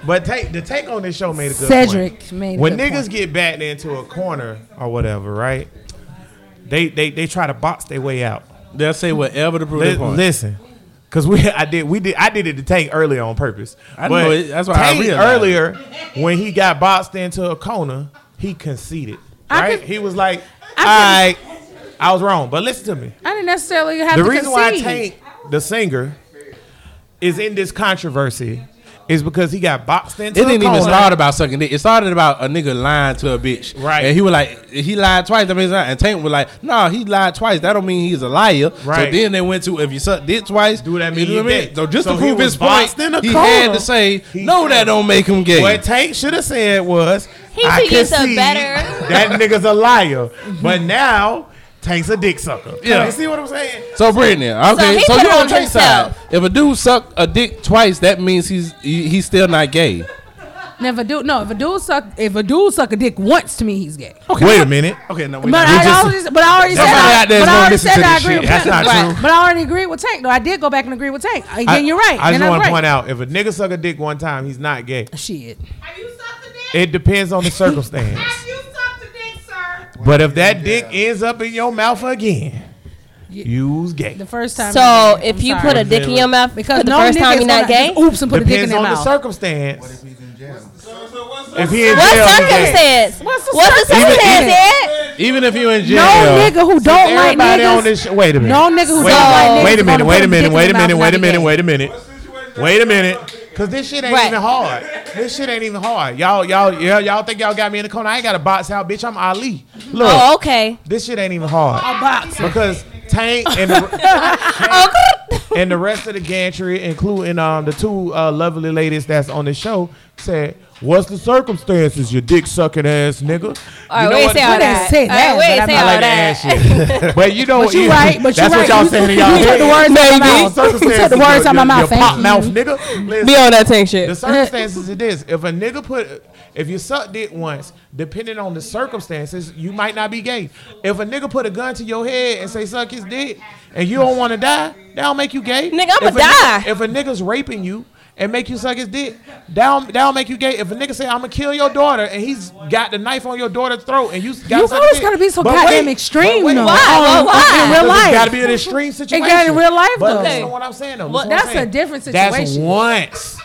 C: But take the take on this show made a good point.
D: Cedric made it.
C: when niggas get backed into a corner or whatever, right? They they they try to box their way out.
F: They'll say whatever to prove
C: Li-
F: a point.
C: listen, because we I did we did I did it to Tank earlier on purpose.
F: I know it- that's why I
C: Tank
F: realized it.
C: earlier when he got boxed into a corner, he conceded.
D: I
C: Right?
D: could-
C: he was like,
D: I
C: I, I was wrong, but listen to me.
D: I didn't necessarily have
C: The
D: to
C: reason why
D: concede.
C: Tank, the singer, is in this controversy is because he got boxed into
F: It
C: a
F: didn't
C: corner.
F: even start about sucking dick. It started about a nigga lying to a bitch.
C: Right.
F: And he was like, he lied twice. That means not. And Tank was like, no, he lied twice. That don't mean he's a liar.
C: Right.
F: So then they went to, if you suck dick twice,
C: Do that mean
F: you know
C: he
F: what I mean?
C: gay?
F: So just
C: So
F: to
C: he
F: prove
C: was
F: his point,
C: boxed in a
F: he
C: corner.
F: had to say,
C: He
F: no, that
C: said-
F: don't make him gay.
C: What Tank should have said was,
E: He
C: I
E: should use a
C: concede
E: better-
C: That nigga's a liar. but now, Tank's a dick sucker.
F: Yeah.
C: You see what I'm saying?
F: So Brittany, okay,
E: he
F: so,
E: put
F: you
E: it
F: on
E: on
F: Tank's side.
E: himself.
F: If a dude suck a dick twice, that means he's he, he's still not gay.
D: Now, if a dude, no, if a dude suck, if a dude suck a dick once to me, he's gay.
C: Wait a minute.
F: Okay, no, we
D: But I,
F: just-
D: already, but I already said
F: Somebody
D: I,
F: out there is
D: but I
F: gonna
D: already
F: listen
D: said
F: to
D: I
F: this
D: agree
F: shit.
D: with
C: That's not
D: Tank. Right.
C: true.
D: But I already agreed with Tank. though. I did go back and agree with Tank. Again, you're right.
C: I
D: and
C: just
D: I'm
C: want
D: right.
C: to point out if a nigga suck a dick one time, he's not gay.
D: Shit.
G: Have you sucked a dick?
C: It depends on the circumstance.
G: Have you sucked a dick, sir?
C: But if that dick ends up in your mouth again, you's gay.
D: The first time.
E: So
D: I'm
E: if you
D: sorry.
E: put a dick in your mouth
D: because
E: because the
D: no
E: first time
D: nigga's
E: you're not
D: gonna
E: gay,
D: just Oops, and put a dick in
C: Depends
D: their
C: on the
D: mouth.
J: What if
C: circumstance.
J: he's in jail?
C: If he in jail,
E: what
C: he gay.
E: circumstance?
D: What's the
E: What's the
D: circumstance?
E: circumstance? Ed?
F: even if you in jail,
D: No nigga who don't like
C: Everybody on
D: niggas.
C: this. Sh- wait a minute.
D: No nigga who
C: Wait,
D: don't like niggas.
C: wait a
D: gonna
C: minute. Wait
D: put
C: a minute.
D: dick
C: Wait
D: in
C: a
D: their
C: minute.
D: mouth
C: Wait a
D: and not be
C: minute.
D: gay.
C: Wait a minute. Wait a minute. Cause this shit ain't
E: Right.
C: even hard. This shit ain't even hard. Y'all, y'all, yeah, y'all think y'all got me in the corner? I ain't got a box out, bitch. I'm Ali. Look,
E: Oh, okay.
C: this shit ain't even hard. A box because Tank and the, and the rest of the gantry, including um the two uh, lovely ladies that's on the show, said, "What's the circumstances, you dick sucking ass nigga?"
E: All right,
C: You know
E: we ain't
C: what-
E: say all
D: Who they
E: that.
D: said
E: All
D: that,
E: right, we
D: but
E: ain't
D: I'm
E: say
D: not
E: all
C: I like the
E: that.
C: ass shit. but you know,
D: But you
C: yeah,
D: right, but you
C: that's
D: right.
C: what y'all
D: You-
C: saying in y'all
D: you took
C: head.
D: the words out of my
C: Y'all
D: mouth.
C: circumstances,
D: You took the words
C: your-
D: out of my
C: your-
D: mouth.
C: your pop
D: Thank
C: mouth,
D: you.
C: nigga. Listen,
E: Be on that tank shit.
C: the circumstances it is. If a nigga put, if you sucked it once, depending on the circumstances, you might not be gay. If a nigga put a gun to your head and say suck his dick, and you don't want to die, that'll make you gay.
E: Nigga, I'ma
C: If a
E: die.
C: If a nigga's raping you. And make you suck his dick. That'll, that'll make you gay. If a nigga say I'm gonna kill your daughter and he's got the knife on your daughter's throat and you got
D: You always gotta be so goddamn extreme, though.
E: Why?
D: Um,
E: Why?
D: In real
C: Got
D: life.
C: to be an extreme situation.
D: gotta be real life,
C: but
D: though.
C: Listen to what I'm saying though. Listen to what
D: that's
C: I'm saying.
D: a different
C: That's
D: situation.
C: once.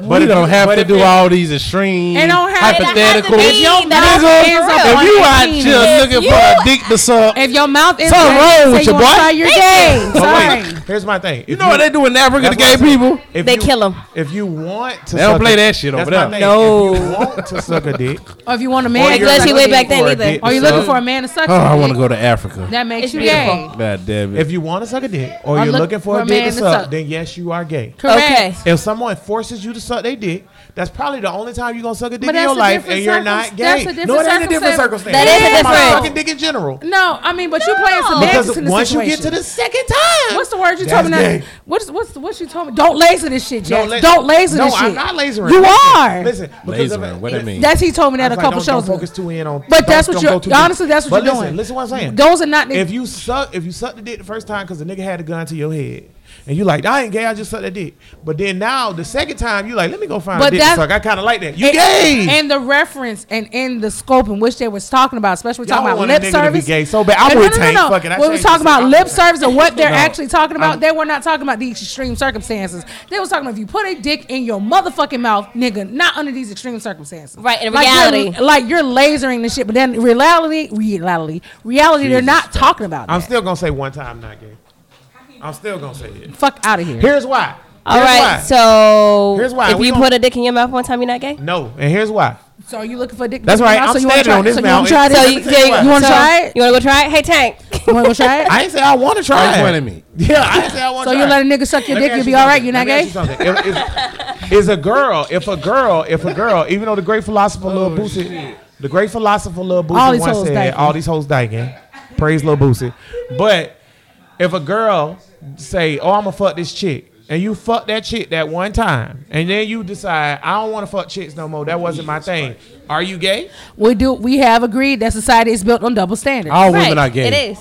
F: But
C: if
F: you don't have
C: but
F: to
C: if
F: do
C: it-
F: all these extreme
D: And don't have-
F: hypothetical.
E: It don't have to be that
D: it's
F: if you
D: If
F: out here looking
E: you-
F: for a dick to suck,
D: If your mouth is
F: Something
D: gay,
F: wrong
D: say you
F: with you,
D: wanna
F: boy.
D: try, You're gay.
C: But
D: Sorry.
C: wait, here's my thing. If
F: you know what they do in Africa
C: That's
F: to gay
C: what I'm saying.
F: people.
C: If
E: They
C: you-
E: kill 'em.
C: If you want to,
F: They don't
C: suck
F: play
C: a-
F: that shit
C: that's
F: over
C: my
F: there.
C: thing.
E: No.
C: If you want to suck a dick,
D: Or if you want a man,
E: Ain't
D: to
E: glad
D: suck
E: she
D: a
E: way
D: dick.
E: back then
C: or
E: either.
C: did-
D: Are you
C: So-
D: looking for a man to suck?
F: Oh, I
D: your dick?
F: want to go to Africa.
D: That makes
E: It's
D: you
E: beautiful.
D: gay.
F: God damn it!
C: if you want to suck a dick, or you're
D: look
C: looking for a dick to suck, then yes, you are gay.
D: Correct.
E: Okay.
C: If someone forces you to suck their dick, that's probably the only time you're gonna suck a dick
D: But
C: in your
D: that's a
C: life,
D: different
C: and you're
D: circum-
C: not gay.
D: that's a different
C: no, it ain't a different circumstance.
D: circumstance.
E: That is a
C: It's about
E: different-
C: Sucking dick in general.
D: No, I mean, but you playing
E: No.
D: semantics
C: Because
D: in the
C: once
D: situation.
C: you get to the second time,
D: What's the word you told
C: That's
D: me? now?
C: gay.
D: What's what's what you told me? Don't laser this shit, Jack.
C: la-
D: Don't laser
C: no,
D: this shit.
C: I'm not lasering.
D: You
C: Listen,
D: are.
C: Listen, because of-
F: Lasering, what that mean?
D: That's he told me that
C: I was
D: a
C: like,
D: couple
C: don't-
D: shows
C: Don't
D: ago.
C: focus too in on.
D: But that's
C: don't-
D: what
C: don't
D: you're-
C: go too deep.
D: honestly, that's what
C: But
D: you're
C: listen,
D: doing.
C: Listen, what I'm saying.
D: Those are not niggas.
C: If you suck, if you suck the dick the first time because the nigga had a gun to your head, and you like, I ain't gay, I just sucked that dick. But then now the second time, you like, let me go find
D: But
C: a dick to
D: that's-
C: suck. I kind of like that. You
D: and,
C: gay?
D: and the reference and in the scope in which they was talking about, especially
C: Y'all
D: talking about
C: want a
D: lip
C: nigga to be
D: service.
C: gay so bad. I
D: No,
C: would
D: no, no,
C: tank.
D: no, no.
C: Fuck it, I
D: When we
C: changed
D: talking
C: this.
D: about lip service and what they're
C: No,
D: actually talking about,
C: I'm-
D: they were not talking about the extreme circumstances. They was talking about if you put a dick in your motherfucking mouth, nigga, not under these extreme circumstances.
E: Right, in
D: you're-
E: reality.
D: like you're lasering the shit, but then reality, reality, reality, they're not talking about.
C: I'm
D: that.
C: still gonna say one time not gay. I'm still gonna say it.
D: fuck out of here.
C: Here's why.
E: All
C: Here's
E: right,
C: why.
E: so
C: Here's why.
E: if
C: We
E: you
C: gonna-
E: put a dick in your mouth one time, you're not gay.
C: no, and here's why.
D: So are you looking for a dick?
C: That's
D: dick
C: right,
D: mouth?
C: I'm
D: so you wanna
C: standing
D: try,
C: on this
D: so you wanna
C: mountain.
D: try this?
E: So
C: Let
E: you,
C: me tell you
E: you,
C: what.
E: want to
D: So-
E: try it? You want to go try it? Hey, Tank.
D: You wanna go try it?
C: I ain't say I want to
F: Stop
C: try.
F: pointing
C: it.
F: at me.
C: Yeah, I didn't say I want
D: So
C: to.
D: you let a nigga suck your dick, you'll be all right. You're not gay.
C: Is a girl, if a girl, if a girl, even though the great philosopher Lil
F: Oh,
C: Boosie, the great philosopher Lil
D: All
C: Boosie
D: these
C: once
D: hoes
C: said,
D: dyking.
C: all these hoes dyking. Praise Lil Boosie. But if a girl say, oh, I'm going to fuck this chick. And you fuck that chick that one time, and then you decide I don't want to fuck chicks no more. That wasn't my thing. Are you gay?
D: We do. We have agreed that society is built on double standards.
C: Oh.
F: All
E: Right,
F: women are gay.
E: It is.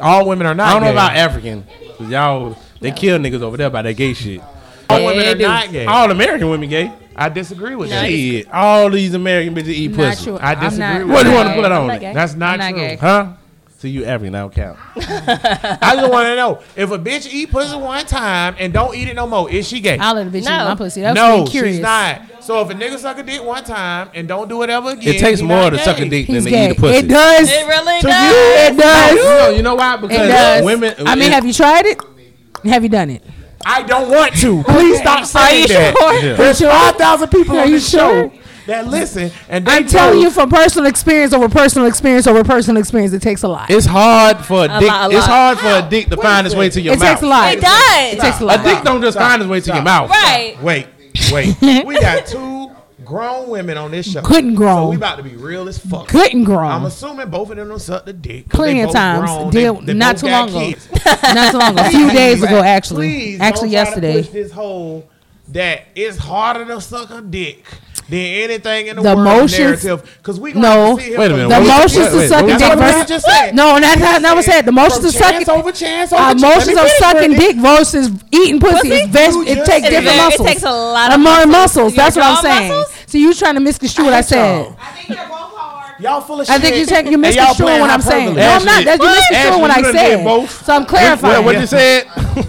C: All women are not.
F: I don't know
C: gay.
F: about African. you y'all, they kill niggas over there by that gay shit.
C: all
E: Yeah,
C: women
E: they
C: are
E: do.
C: not gay.
F: All American women gay.
C: I disagree with that.
F: Shit. All these American bitches eat
D: Not
F: pussy.
D: true.
C: I
D: I'm
C: disagree
D: not-
C: with
F: What do you
C: that.
F: want to put
E: I'm
F: on
E: not
F: it?
E: gay.
C: That's not
D: I'm not
C: true.
D: gay.
F: Huh? So you African, I don't count.
C: I just want to know if a bitch eat pussy one time and don't eat it no more, is she gay?
D: I'll let a bitch eat
E: No.
D: my pussy. That was
C: no,
D: being curious.
C: she's not. So if a nigga suck a dick one time and don't do it ever again,
F: It takes
C: he
F: more
C: not
F: to
C: gay.
F: suck a dick
D: He's
F: than to
D: gay.
F: eat a pussy.
D: It does.
E: It really
D: To
E: does.
D: you, it
F: You
D: does.
F: know, you know why?
D: It
F: Because
D: does.
F: women.
D: I mean,
F: it-
D: have you tried it? Have you done it?
C: I don't want to. Please stop
E: Are
C: saying
E: you
C: that.
E: sure?
F: Yeah.
C: There's five thousand people
D: Are
C: on
D: you
C: this
D: sure?
C: show that listen and they
D: I'm telling
C: told-
D: you from personal experience over personal experience over personal experience, it takes a lot. It,
F: It's hard for a,
E: A
F: dick.
E: lot, a
F: It's
E: lot.
F: hard for a dick to find its way to your mouth.
D: takes a lot.
E: It does.
D: It takes a
F: A
D: lot.
F: dick don't just find its way to your mouth.
E: Right.
C: Wait, wait. we got two grown women on this show.
D: Couldn't grow.
C: So we about to be real as fuck.
D: Couldn't grow.
C: I'm assuming both of them done sucked the dick. 'cause
D: Plenty
C: they
D: of
C: both
D: times.
C: grown,
D: Deal- not
C: both
D: too
C: got
D: long ago.
C: kids.
D: Not so long ago, a few days ago, actually.
C: Please
D: actually,
C: don't try to
D: yesterday.
C: push this whole that it's harder to suck a dick than anything in the,
D: The
C: world
D: motions-
C: narrative. Because we gonna
D: No.
C: have to sit here
F: Wait a
C: for
F: minute,
D: The
F: Wait,
D: motions
F: wait,
D: to
F: wait,
D: suck
F: wait,
D: dick
F: wait,
C: wait,
D: versus
C: just said.
D: no, not not not was said. The motions
C: From
D: of sucking
C: chance over chance over
D: uh,
C: chance.
D: motions
C: Let me
D: of
C: finish,
D: sucking
C: Brittany.
D: dick versus eating pussy
E: Pussy?
D: is best.
C: You
D: It
C: just
D: takes
C: said
D: different
E: it. It
D: muscles.
E: takes a lot of
D: Among
E: muscles.
D: muscles. That's
E: Your
D: what I'm
E: jaw
D: saying.
E: muscles?
D: So you trying to misconstrue what I said?
G: I think you're both hard.
C: Y'all full of shit.
D: I think you take you
C: And y'all
D: misconstruing
C: playing
D: what I'm saying.
C: hyperbole.
D: No, I'm not.
F: Ashley,
D: That you misconstruing what I
F: Ashley, you done did
D: said.
F: both.
D: So I'm
F: What,
D: clarifying.
F: what you said?
J: I only answer for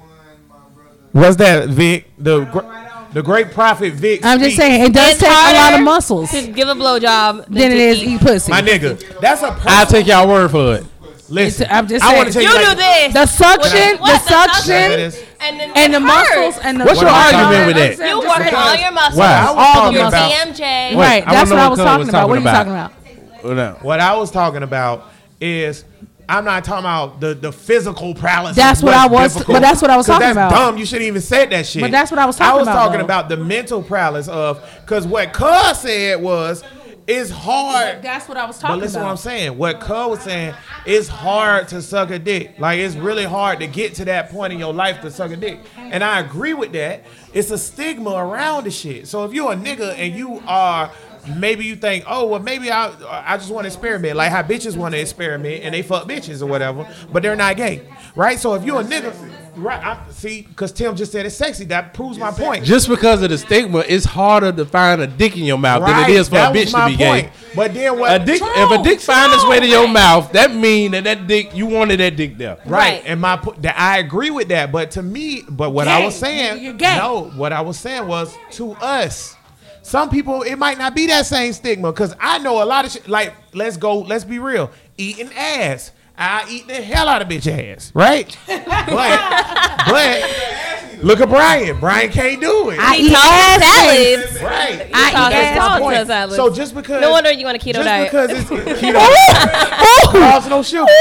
J: one, my brother.
C: What's that, Vic? The gr-
G: right on.
C: the great prophet Vic.
D: I'm just
C: speaks.
D: saying it does
E: It's
D: take a lot of
E: harder
D: muscles
E: To give a blowjob
D: than it
E: to
D: is eat pussy.
C: My nigga, that's a person.
F: I'll take y'all word for it.
C: Listen,
D: I'm just
C: I want to
D: saying.
C: take
E: You do this.
D: The suction,
E: What?
D: the suction,
C: this.
E: and then
D: and the
E: it
D: muscles,
E: hurts.
D: and the
F: What's your
C: am I talking
F: argument
C: about?
F: with that?
E: You working all your muscles.
F: Why?
D: All the
E: Your
D: muscles.
E: TMJ.
F: Wait,
D: Right,
F: I
D: that's
F: wanna
D: what I
F: know
D: was
F: what Cole
D: talking
F: was
D: about. What are you
F: talking
D: talking
F: about.
D: about?
F: Well, no.
C: What I was talking about is I'm not talking about the, the physical prowess.
D: That's
C: of
D: what
C: what's
D: I was-
C: difficult,
D: but that's what I was
C: 'cause
D: talking
C: that's
D: about.
C: Dumb. You shouldn't even said that shit.
D: But that's what I was talking
C: I was
D: about,
C: talking
D: though.
C: about the mental prowess of because what Cuz said was it's hard.
D: That's what I was
C: But listen, what I'm saying, what Cuz was saying, it's hard to suck a dick. Like it's really hard to get to that point in your life to suck a dick, and I agree with that. It's a stigma around the shit. So if you're a nigga and you are, maybe you think, oh well, maybe I I just want to experiment, like how bitches want to experiment and they fuck bitches or whatever, but they're not gay, right? So if you're a nigga, right? I, see, because Tim just said it's sexy. That proves my point.
F: Just because of the stigma, it's harder to find a dick in your mouth
C: Right,
F: than it is for a
C: that was
F: bitch to
C: my
F: be gay.
C: point. But then what?
F: A dick, if a dick find its way to your mouth, that mean that that dick you wanted that dick there.
C: Right.
E: Right.
C: And my po- that I agree with that, but to me, but what I was saying,
D: You're gay.
C: no, what I was saying was to us. Some people it might not be that same stigma cuz I know a lot of shit like let's go, let's be real. Eating ass. I eat the hell out of bitch ass, right? but but look at Brian. Brian can't do it.
D: I
E: He
D: eat ass
E: told
D: salad.
E: salads.
C: right.
E: I eat
C: That's my
E: ass
C: point.
E: salad. salads.
C: So just because
E: no wonder you on a keto
C: just
E: diet.
C: because it's keto cause no sugar.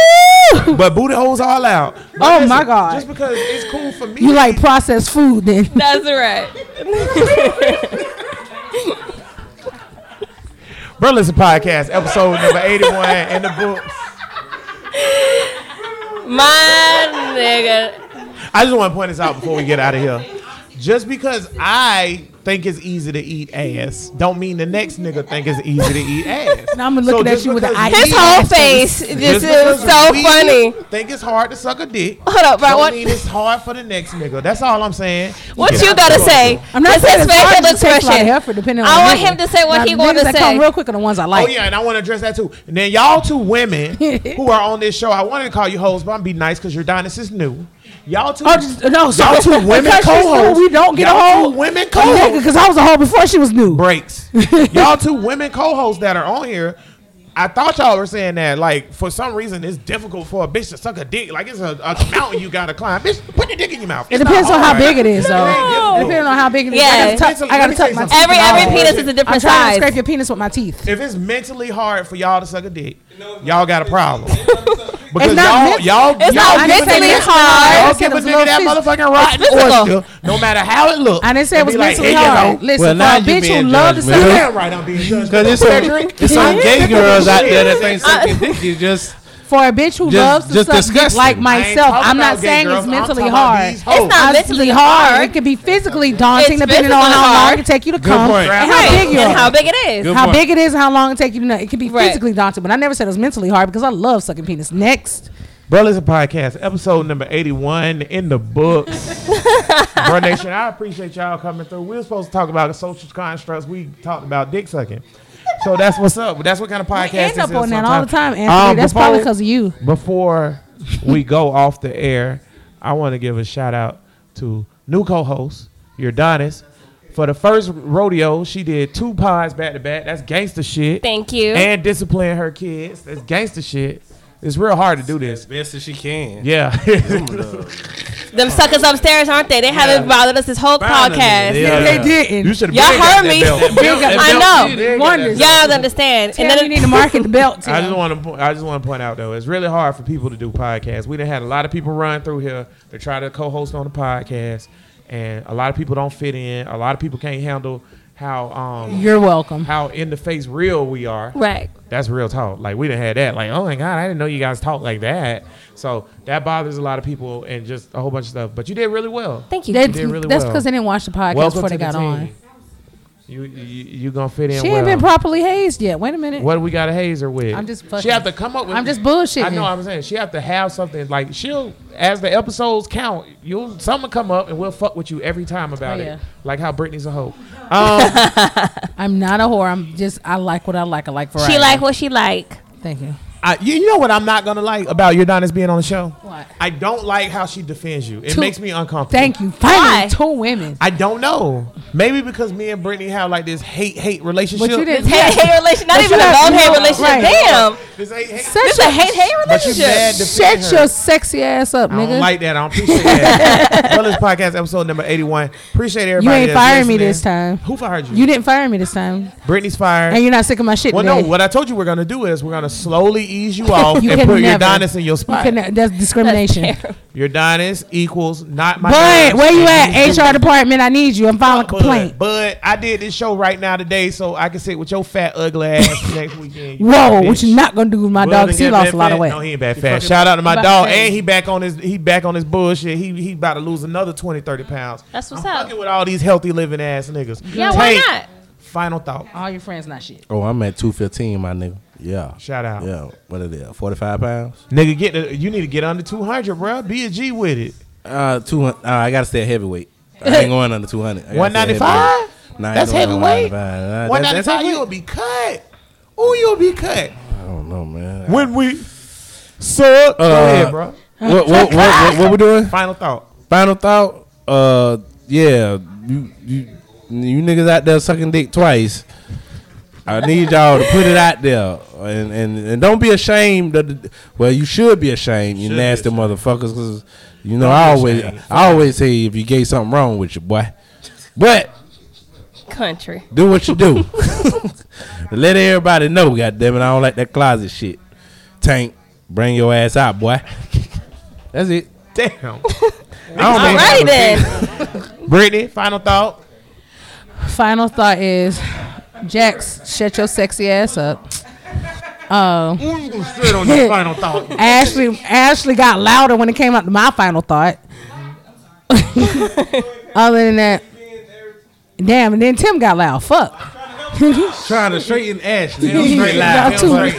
C: But booty holes all out. But
D: Oh, my God.
C: Just because it's cool for me.
D: You like processed food then?
E: That's right.
C: Brothers Podcast, episode number 81 in the books.
E: My nigga.
C: I just want to point this out before we get out of here. Just because I think it's easy to eat ass, don't mean the next nigga think it's easy to eat ass.
D: Now I'm looking at
C: just
D: you with an
C: because
D: eye-
C: we-
D: His
E: His whole face just is
C: because
E: so
C: we
E: funny.
C: Think it's hard to suck a dick.
E: Hold up, bro.
C: Don't
E: What-
C: mean it's hard for the next nigga. That's all I'm saying.
E: What
C: Get
E: you
C: out
E: gotta
C: the
E: say?
D: I'm not
E: This
D: saying
E: is
D: it's hard,
E: facial
D: it just takes a lot of
E: expression.
D: effort, depending on
E: I
D: the
E: want
D: nigga.
E: him to say what
D: Now,
E: he
D: the
E: want
D: niggas
E: to
D: that
E: say.
D: Come real quick are the ones I
C: Oh
D: like.
C: yeah, and I want to address that too. And then y'all two women who are on this show, I wanted to call you hoes, but I'm be nice because your Udonis is new. Y'all two,
D: Oh, just- no, so-
C: y'all two women
D: because she's new,
C: co-hosts.
D: we don't get a
C: y'all
D: hoe.
C: two women
D: Nigga,
C: co-hosts.
D: because I was a hoe before she was new.
C: Breaks. y'all two women co-hosts that are on here. I thought y'all were saying that like for some reason it's difficult for a bitch to suck a dick. Like it's a, a mountain you gotta climb. Bitch, put your dick in your mouth.
D: It depends on how big it is, though.
C: No.
D: It depends on how big it is.
E: Yeah.
D: I gotta tuck, I
C: Let me
D: gotta
C: say
D: tuck my
C: something.
D: teeth.
E: Every
D: in all
E: every
D: the way.
E: penis is a
D: I'm trying
E: different
D: to
E: size.
D: scrape your penis with my teeth.
C: If it's mentally hard for y'all to suck a dick, y'all got a problem. Because
D: It's not
C: y'all,
D: mental.
C: y'all,
E: It's
C: y'all,
E: not
C: give a
E: mentally
C: nigga-
E: hard.
C: Y'all
D: I said
C: give a
D: it's
C: nigga
D: little
C: that
D: physical.
C: motherfucking rotten
E: physical.
C: oyster, no matter how it looks.
D: I didn't say it was mentally hard. Listen,
F: Well, now
D: for a
F: you
D: bitch
F: being
D: who love to
F: judgmental.
D: suck
C: Damn right, I'm being judged.
F: Because it's some, it's some gay girls out there that think sucking dick is just
D: For a bitch who
F: Just-
D: loves to
F: just
D: suck dick
F: disgusting. I
D: like
F: ain't
D: myself,
C: talking
D: I'm not
C: about gay
D: saying
C: girls.
D: it's
C: I'm
D: mentally
C: talking about
D: hard.
C: these hoes. It's
E: not mentally hard.
D: It could be physically daunting,
E: It's
D: depending on
E: physically
D: how long
E: hard.
D: it take you to
F: Good
D: come and
F: point.
E: Right.
D: how big you
E: and
D: are.
E: how big it is.
F: Good
D: how
F: point.
D: big it is, and how long it take you to nut. It could be
E: Right.
D: physically daunting, but I never said it was mentally hard because I love sucking penis. Next,
C: Brothers and Podcast, episode number 81 in the books. Bro Nation, I appreciate y'all coming through. We were supposed to talk about social constructs. We talked about dick sucking. So that's what's up. That's what kind of podcast
D: we end
C: this
D: up
C: is
D: on that all the
C: sometimes.
D: time, Anthony.
C: Um,
D: That's
C: before-
D: probably because of you.
C: Before we go off the air, I want to give a shout out to new co-host Urdonis. For the first rodeo, she did two pods back to back. That's gangster shit.
E: Thank you.
C: And discipline her kids. That's gangster shit. It's real hard to do this.
F: best as she can.
C: Yeah.
E: Them suckers upstairs, aren't they? They haven't bothered us this whole
F: Finally,
E: podcast.
F: yeah.
D: They didn't.
C: should
E: Y'all heard me. I know.
D: Wonders.
E: Y'all don't understand.
D: And then you need to market the belt. Tim.
C: I just want to. I just want to point out though, it's really hard for people to do podcasts. We done had a lot of people run through here to try to co-host on the podcast, and a lot of people don't fit in. A lot of people can't handle how um
D: You're welcome.
C: how in the face real we are.
E: Right.
C: That's real talk. Like we done had that. Like oh my god, I didn't know you guys talk like that. So that bothers a lot of people and just a whole bunch of stuff. But you did really well.
E: Thank you.
D: They-
C: did really
D: that's
C: well.
D: because they didn't watch the podcast
C: Welcome
D: before
C: to
D: they
C: the
D: got
C: team.
D: on.
C: You you, you gonna fit in?
D: She
C: well.
D: ain't been properly hazed yet. Wait a minute.
C: What do we got to haze her with?
D: I'm just
C: She
D: fucking-
C: have to come up with.
D: I'm just bullshitting.
C: I know. I'm saying she have to have something like she'll as the episodes count, you'll something come up and we'll fuck with you every time about
D: Oh, yeah.
C: it. Like how Britney's a hoe.
D: I'm not a whore. I'm just I like what I like. I like variety.
E: She like what she like.
D: Thank you.
C: I, you, you know what I'm not gonna like about Udonis being on the show?
D: What?
C: I don't like how she defends you. It
D: Two-
C: makes me uncomfortable.
D: Thank you. Finally,
E: Why?
D: two women.
C: I don't know. Maybe because me and Brittany have like this hate hate relationship.
D: But you didn't.
E: Hate hate relationship. Not
D: But
E: even
D: you
E: a
D: have-
E: love
D: you
E: hate
D: have-
E: relationship.
D: right.
E: Damn.
C: This hate, hate.
D: Shut
E: This
D: your-
E: a hate hate
C: But you
E: relationship.
C: mad defending
D: Shut
C: her.
D: your sexy ass up,
C: I don't
D: nigga.
C: like that. I don't appreciate that. Brothers Podcast episode number 81. Appreciate
D: you
C: everybody.
D: ain't
C: that's
D: firing me
C: listening.
D: this time.
C: Who fired you?
D: You didn't fire me this time,
C: Brittany's fired.
D: and you're not sick of my shit.
C: well,
D: today.
C: no. What I told you we're gonna do is we're gonna slowly ease you off
D: You
C: and
D: can
C: put your
D: never.
C: Udonis in your spot.
D: You can- that's discrimination.
C: Your Udonis equals not my.
D: but
C: Udonis.
D: where you at, HR department? I need you. I'm filing a
C: But,
D: complaint.
C: but I did this show right now today, so I can sit with your fat ugly ass next weekend. you
D: Whoa,
C: fat
D: what
C: bitch.
D: you not gonna do with my
C: Will
D: dog?
C: didn't
D: He
C: get
D: lost
C: bad
D: a lot of
C: fat.
D: weight.
C: No, he ain't bad fat. Shout out to my
D: About
C: dog.
D: to say.
C: And he back on his he back on his bullshit. He he about to lose another 20, 30 pounds.
E: That's what's
C: I'm
E: up.
C: Fucking with all these healthy living ass niggas.
E: Oh. Yeah, why
C: Tank,
E: not?
C: Final thought.
D: All your friends not shit.
F: Oh, I'm at 215, my nigga. Yeah.
C: Shout out.
F: Yeah. What is it? 45 pounds?
C: Nigga, get the, you need to get under two hundred, bro. Be a G with it.
F: Uh, two. Uh, I gotta stay at heavyweight. I ain't going under 200. I gotta stay at
C: 195?
F: heavyweight. Nah, I ain't
C: That's
F: doing
C: heavyweight?
F: 195. Nah,
C: One
F: that-
C: ninety
F: that's
C: five,
F: heavyweight.
C: you'll be cut. Oh, you'll be cut.
F: I don't know, man.
C: When we suck. Go
F: Uh,
C: ahead, bro.
F: what, what, what, what, what we doing?
C: Final thought.
F: Final thought. Uh, yeah, you, you, you niggas out there sucking dick twice. I need y'all to put it out there, and and, and don't be ashamed. Of the, well, you should be ashamed, you nasty motherfuckers. 'cause, you know, I always, I always say if you gay something wrong with you, boy. But
E: Country.
F: do what you do. Let everybody know, goddamn it. I don't like that closet shit. Tank, bring your ass out, boy. That's it.
C: Damn.
E: All right then.
C: Brittany, final thought.
D: Final thought is, Jax, shut your sexy ass up.
C: Who's gonna sit on your final thought?
D: Ashley, Ashley got louder when it came up to my final thought. Other than that, damn, and then Tim got loud. Fuck.
F: Trying to straighten Ashley.
C: Straight
D: Y'all
C: line.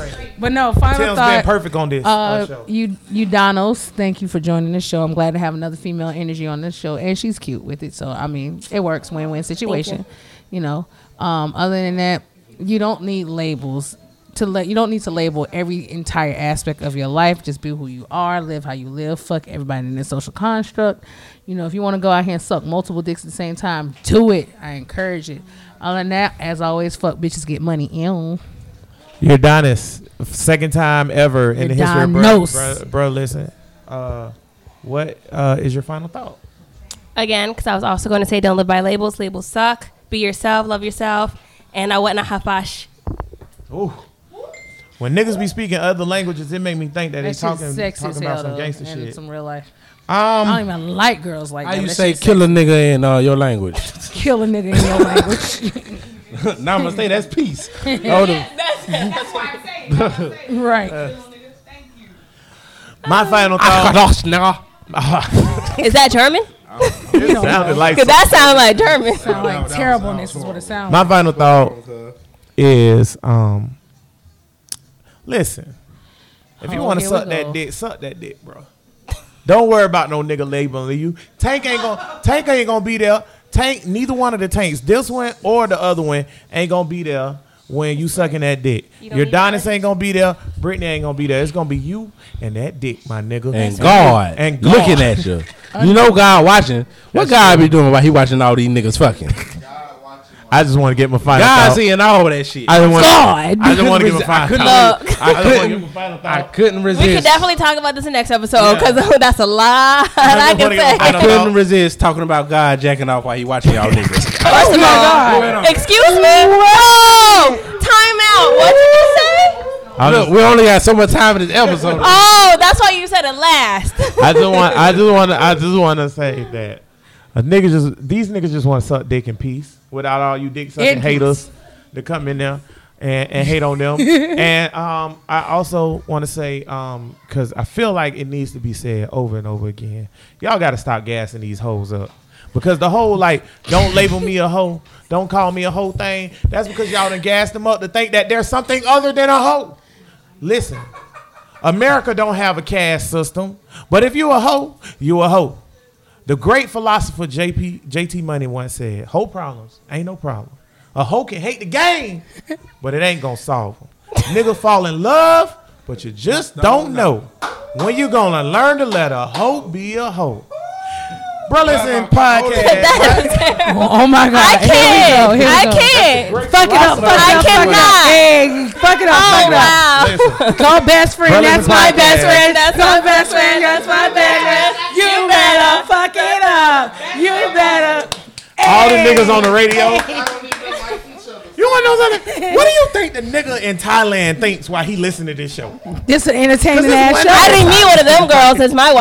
D: too. But no,
C: Tim's
D: final
C: been
D: thought.
C: perfect on this. Oh, on
D: Uh,
C: show.
D: you, you Donos, thank you for joining the show. I'm glad to have another female energy on this show, and she's cute with it. So I mean, it works, win-win situation. You. know. Um, other than that, you don't need labels to let. You don't need to label every entire aspect of your life. Just be who you are, live how you live. Fuck everybody in this social construct. You know, if you want to go out here and suck multiple dicks at the same time, do it. I encourage it. Other than that, as always, fuck bitches get money. Ew.
C: Udonis, second time ever in the history of bro,
D: Udonis.
C: bro, bro, listen. Uh, what uh, is your final thought?
E: Again, because I was also going to say don't live by labels. Labels suck. Be yourself. Love yourself. And I went to Hapash.
C: Ooh. When niggas be speaking other languages, it make me think that,
D: That
C: they
D: shit's
C: talking,
D: sexy as
C: talking
D: hell
C: about some
D: though,
C: gangster
D: and
C: shit.
D: some real life. I
C: Um,
D: don't even like girls like
F: How
D: that.
F: you
D: That
F: say
D: shit
F: kill a nigga in uh, your language?
D: says kill a nigga in your language.
F: now I'm gonna say that's peace. Oh, the-
G: That's why I'm saying. That's why I'm saying.
D: right.
G: Little nigga, Thank you.
C: my final thought.
F: Kadosh, nigga.
E: Is that German?
C: It sounded like
E: Because that sounded like German.
D: Sound like terribleness is what it sounds
C: my final thought is um, listen. If you
D: Oh,
C: want to
D: here we
C: suck that
D: go.
C: dick, suck that dick, bro. Don't worry about no nigga labeling you. Tank ain't gonna Tank ain't gonna be there. Tank, neither one of the tanks, this one or the other one, ain't gonna be there when you sucking that dick.
E: don't
C: Your
E: need
C: Donis ain't gonna be there. Brittany ain't gonna be there. It's gonna be you and that dick, my nigga.
F: And God,
C: And God.
F: looking at you. You know God watching. What God be doing while he watching all these niggas fucking?
C: I just want to get my final
F: God
C: thought.
F: seeing all that shit.
C: I just want.
D: God.
C: I just want to give a
F: couldn't resi- I
C: final
F: couldn't
C: thought.
E: Look,
C: I just want to give
F: couldn't-
C: a final thought.
F: I couldn't resist.
E: we could definitely talk about this in the next episode because that's a lot I can
C: wanna get
E: say.
C: my
F: I
C: final
F: couldn't
C: thought.
F: resist talking about God jacking off while he watching y'all niggas.
E: First of all, excuse me. Whoa! Time out. What did you say?
C: I
F: Look,
C: just-
F: we only got so much time in this episode.
E: Oh, that's why you said it last.
C: I just want I just want to I just want to say that a nigga just these niggas just want to suck dick in peace without all you dick sucking
D: In peace.
C: haters to come in there and, and hate on them. and um, I also want to say um, because I feel like it needs to be said over and over again. Y'all got to stop gassing these hoes up. Because the whole like, don't label me a hoe, don't call me a hoe thing. That's because y'all done gassed them up to think that there's something other than a hoe. Listen, America don't have a caste system, but if you a hoe, you a hoe. The great philosopher JP JT Money once said, "Hoe problems ain't no problem. A hoe can hate the game, but it ain't gonna solve them. Nigga fall in love, but you just don't know when you gonna learn to let a hoe be a hoe." Brothers in podcast.
D: Oh my god.
E: I
D: Here we
E: can't.
D: go. Here we
E: I
D: go.
E: can't.
D: Fuck it up. Fuck it up.
E: I
D: Fuck it up.
E: cannot.
D: Hey, fuck it up. fuck
E: Oh
D: it up.
E: wow.
C: Listen,
D: Go best friend.
C: Brothers
D: That's my
C: in podcast.
D: best friend. That's my best
E: friend,
D: friend. That's my best friend. You better fuck it up. You better.
C: all the niggas on the radio. You wanna know something? What do you think the nigga in Thailand thinks while he listen to this show?
D: This an entertaining ass
E: I
D: show.
E: didn't meet one of them girls as my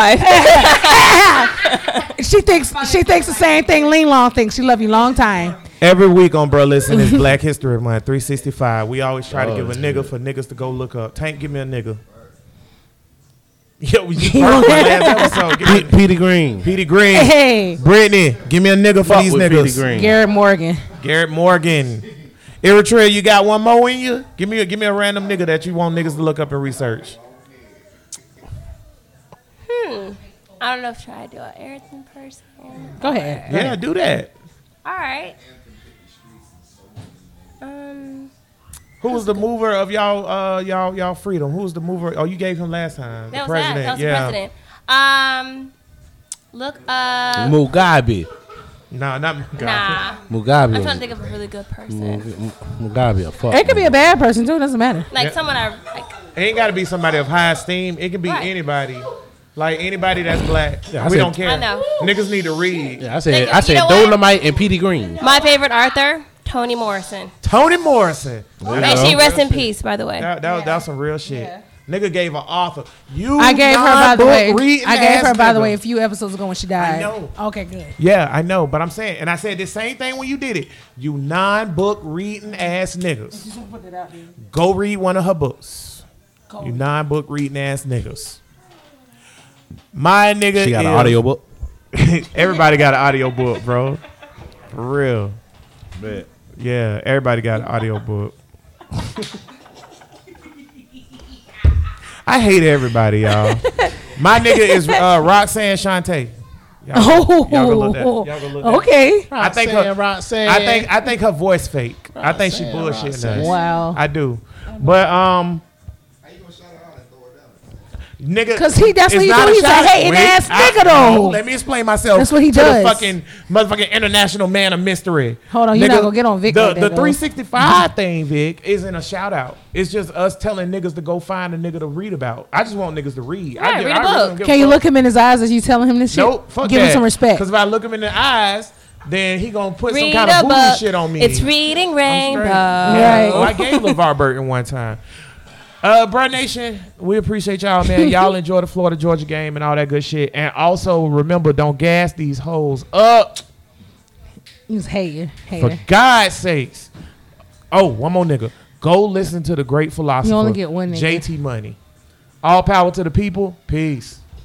E: wife.
D: She thinks she thinks the same thing. Lean Long thinks she love you long time.
C: Every week on Bro Listen is Black History Month 365. We always try
F: Oh,
C: to give a nigga for niggas to go look up. Tank, give me a nigga. Yo, you heard my last episode. Give me
F: Pe- Peter Green.
C: Petey Green.
D: Hey,
C: Brittany, give me a nigga for
F: Fuck
C: these
F: with
C: niggas.
F: Peter Green.
D: Garrett Morgan.
C: Garrett Morgan. Eritrea, you got one more in you? Give me a give me a random nigga that you want niggas to look up and research.
E: I don't know if should I do an Ayrton person. All
D: Go ahead.
C: Yeah, do that.
E: right. Um,
C: Who was the mover of y'all uh y'all y'all freedom? Who was the mover? Oh, you gave him last time.
E: that
C: the
E: was that.
C: president.
E: That was
C: yeah.
E: the president. Um, look up.
F: Mugabe.
C: No, not God.
E: Nah, I'm trying to
F: Mugabe.
E: think of a really good person.
F: Mugabe. a Fuck.
D: It could be a bad person too. Doesn't matter.
E: Like
C: Yeah.
E: someone I like.
C: It ain't got to be somebody of high esteem. It can be
E: Right.
C: anybody. Like anybody that's black.
F: Yeah, I
C: we
F: said-
C: don't care.
E: I know.
C: Niggas need to read.
F: Yeah, I said.
E: Nigga,
F: I said
E: you know what?
F: Dolomite and Petey Green.
E: My favorite Arthur, Tony Morrison.
C: Tony Morrison.
E: May she rest in peace, by the way.
C: That, that, was that was some real shit. Nigga gave an author. You
D: I gave her by the way.
C: non-book-reading
D: I gave her
C: ass
D: by the
C: nigga.
D: way a few episodes ago when she died.
C: know.
D: Okay, good.
C: Yeah, I know, but I'm saying, and I said the same thing when you did it. You non-book reading ass niggas. Go read one of her books. You non-book reading ass niggas. My nigga,
F: She got an
C: is-
F: audio book.
C: everybody got an audio book, bro. For real. Yeah, everybody got an audio book. I hate everybody, y'all. My nigga is uh, Roxanne Shante. Y'all,
D: Oh,
C: y'all go look that. Y'all go look that.
D: okay.
C: I think her, I think I think her voice fake. I think she bullshitting us.
D: Wow.
C: I do, but um,
J: How you gonna shout it out and throw it out?
C: nigga,
D: 'Cause he- that's
C: it's
D: what he
C: not
D: do.
C: a
D: He's a
C: shot.
D: hating
C: Wait,
D: ass
C: I-
D: nigga, though.
C: no, Let me explain myself.
D: That's what he
C: to
D: does.
C: The fucking motherfucking international man of mystery.
D: Hold on, you're
C: Nigga,
D: not gonna get on Vic
C: The,
D: like that,
C: the
D: though.
C: 365 thing, Vic, isn't a shout out. It's just us telling niggas to go find a nigga to read about. I just want niggas to read. I,
E: Right,
C: do-
E: read
C: I
E: a
C: really
E: book.
C: don't give a
D: Can you
C: fuck.
D: look him in his eyes as you telling him this shit?
C: Nope, fuck
D: Give him some respect.
C: Because if I look him in the eyes, then he gonna put
E: Read
C: some kind
E: a
C: of bullshit
E: book.
C: shit on me.
E: It's uh, reading rainbow.
D: Right.
C: Well, I gave LeVar Burton one time. Uh, Bro Nation, we appreciate y'all, man. Y'all enjoy the Florida Georgia game and all that good shit. And also remember, don't gas these hoes up
D: He's hating.
C: for
D: Hater.
C: God's sakes. Oh, one more nigga. Go listen to the great philosopher.
D: only get one nigga.
C: JT Money. All power to the people. Peace.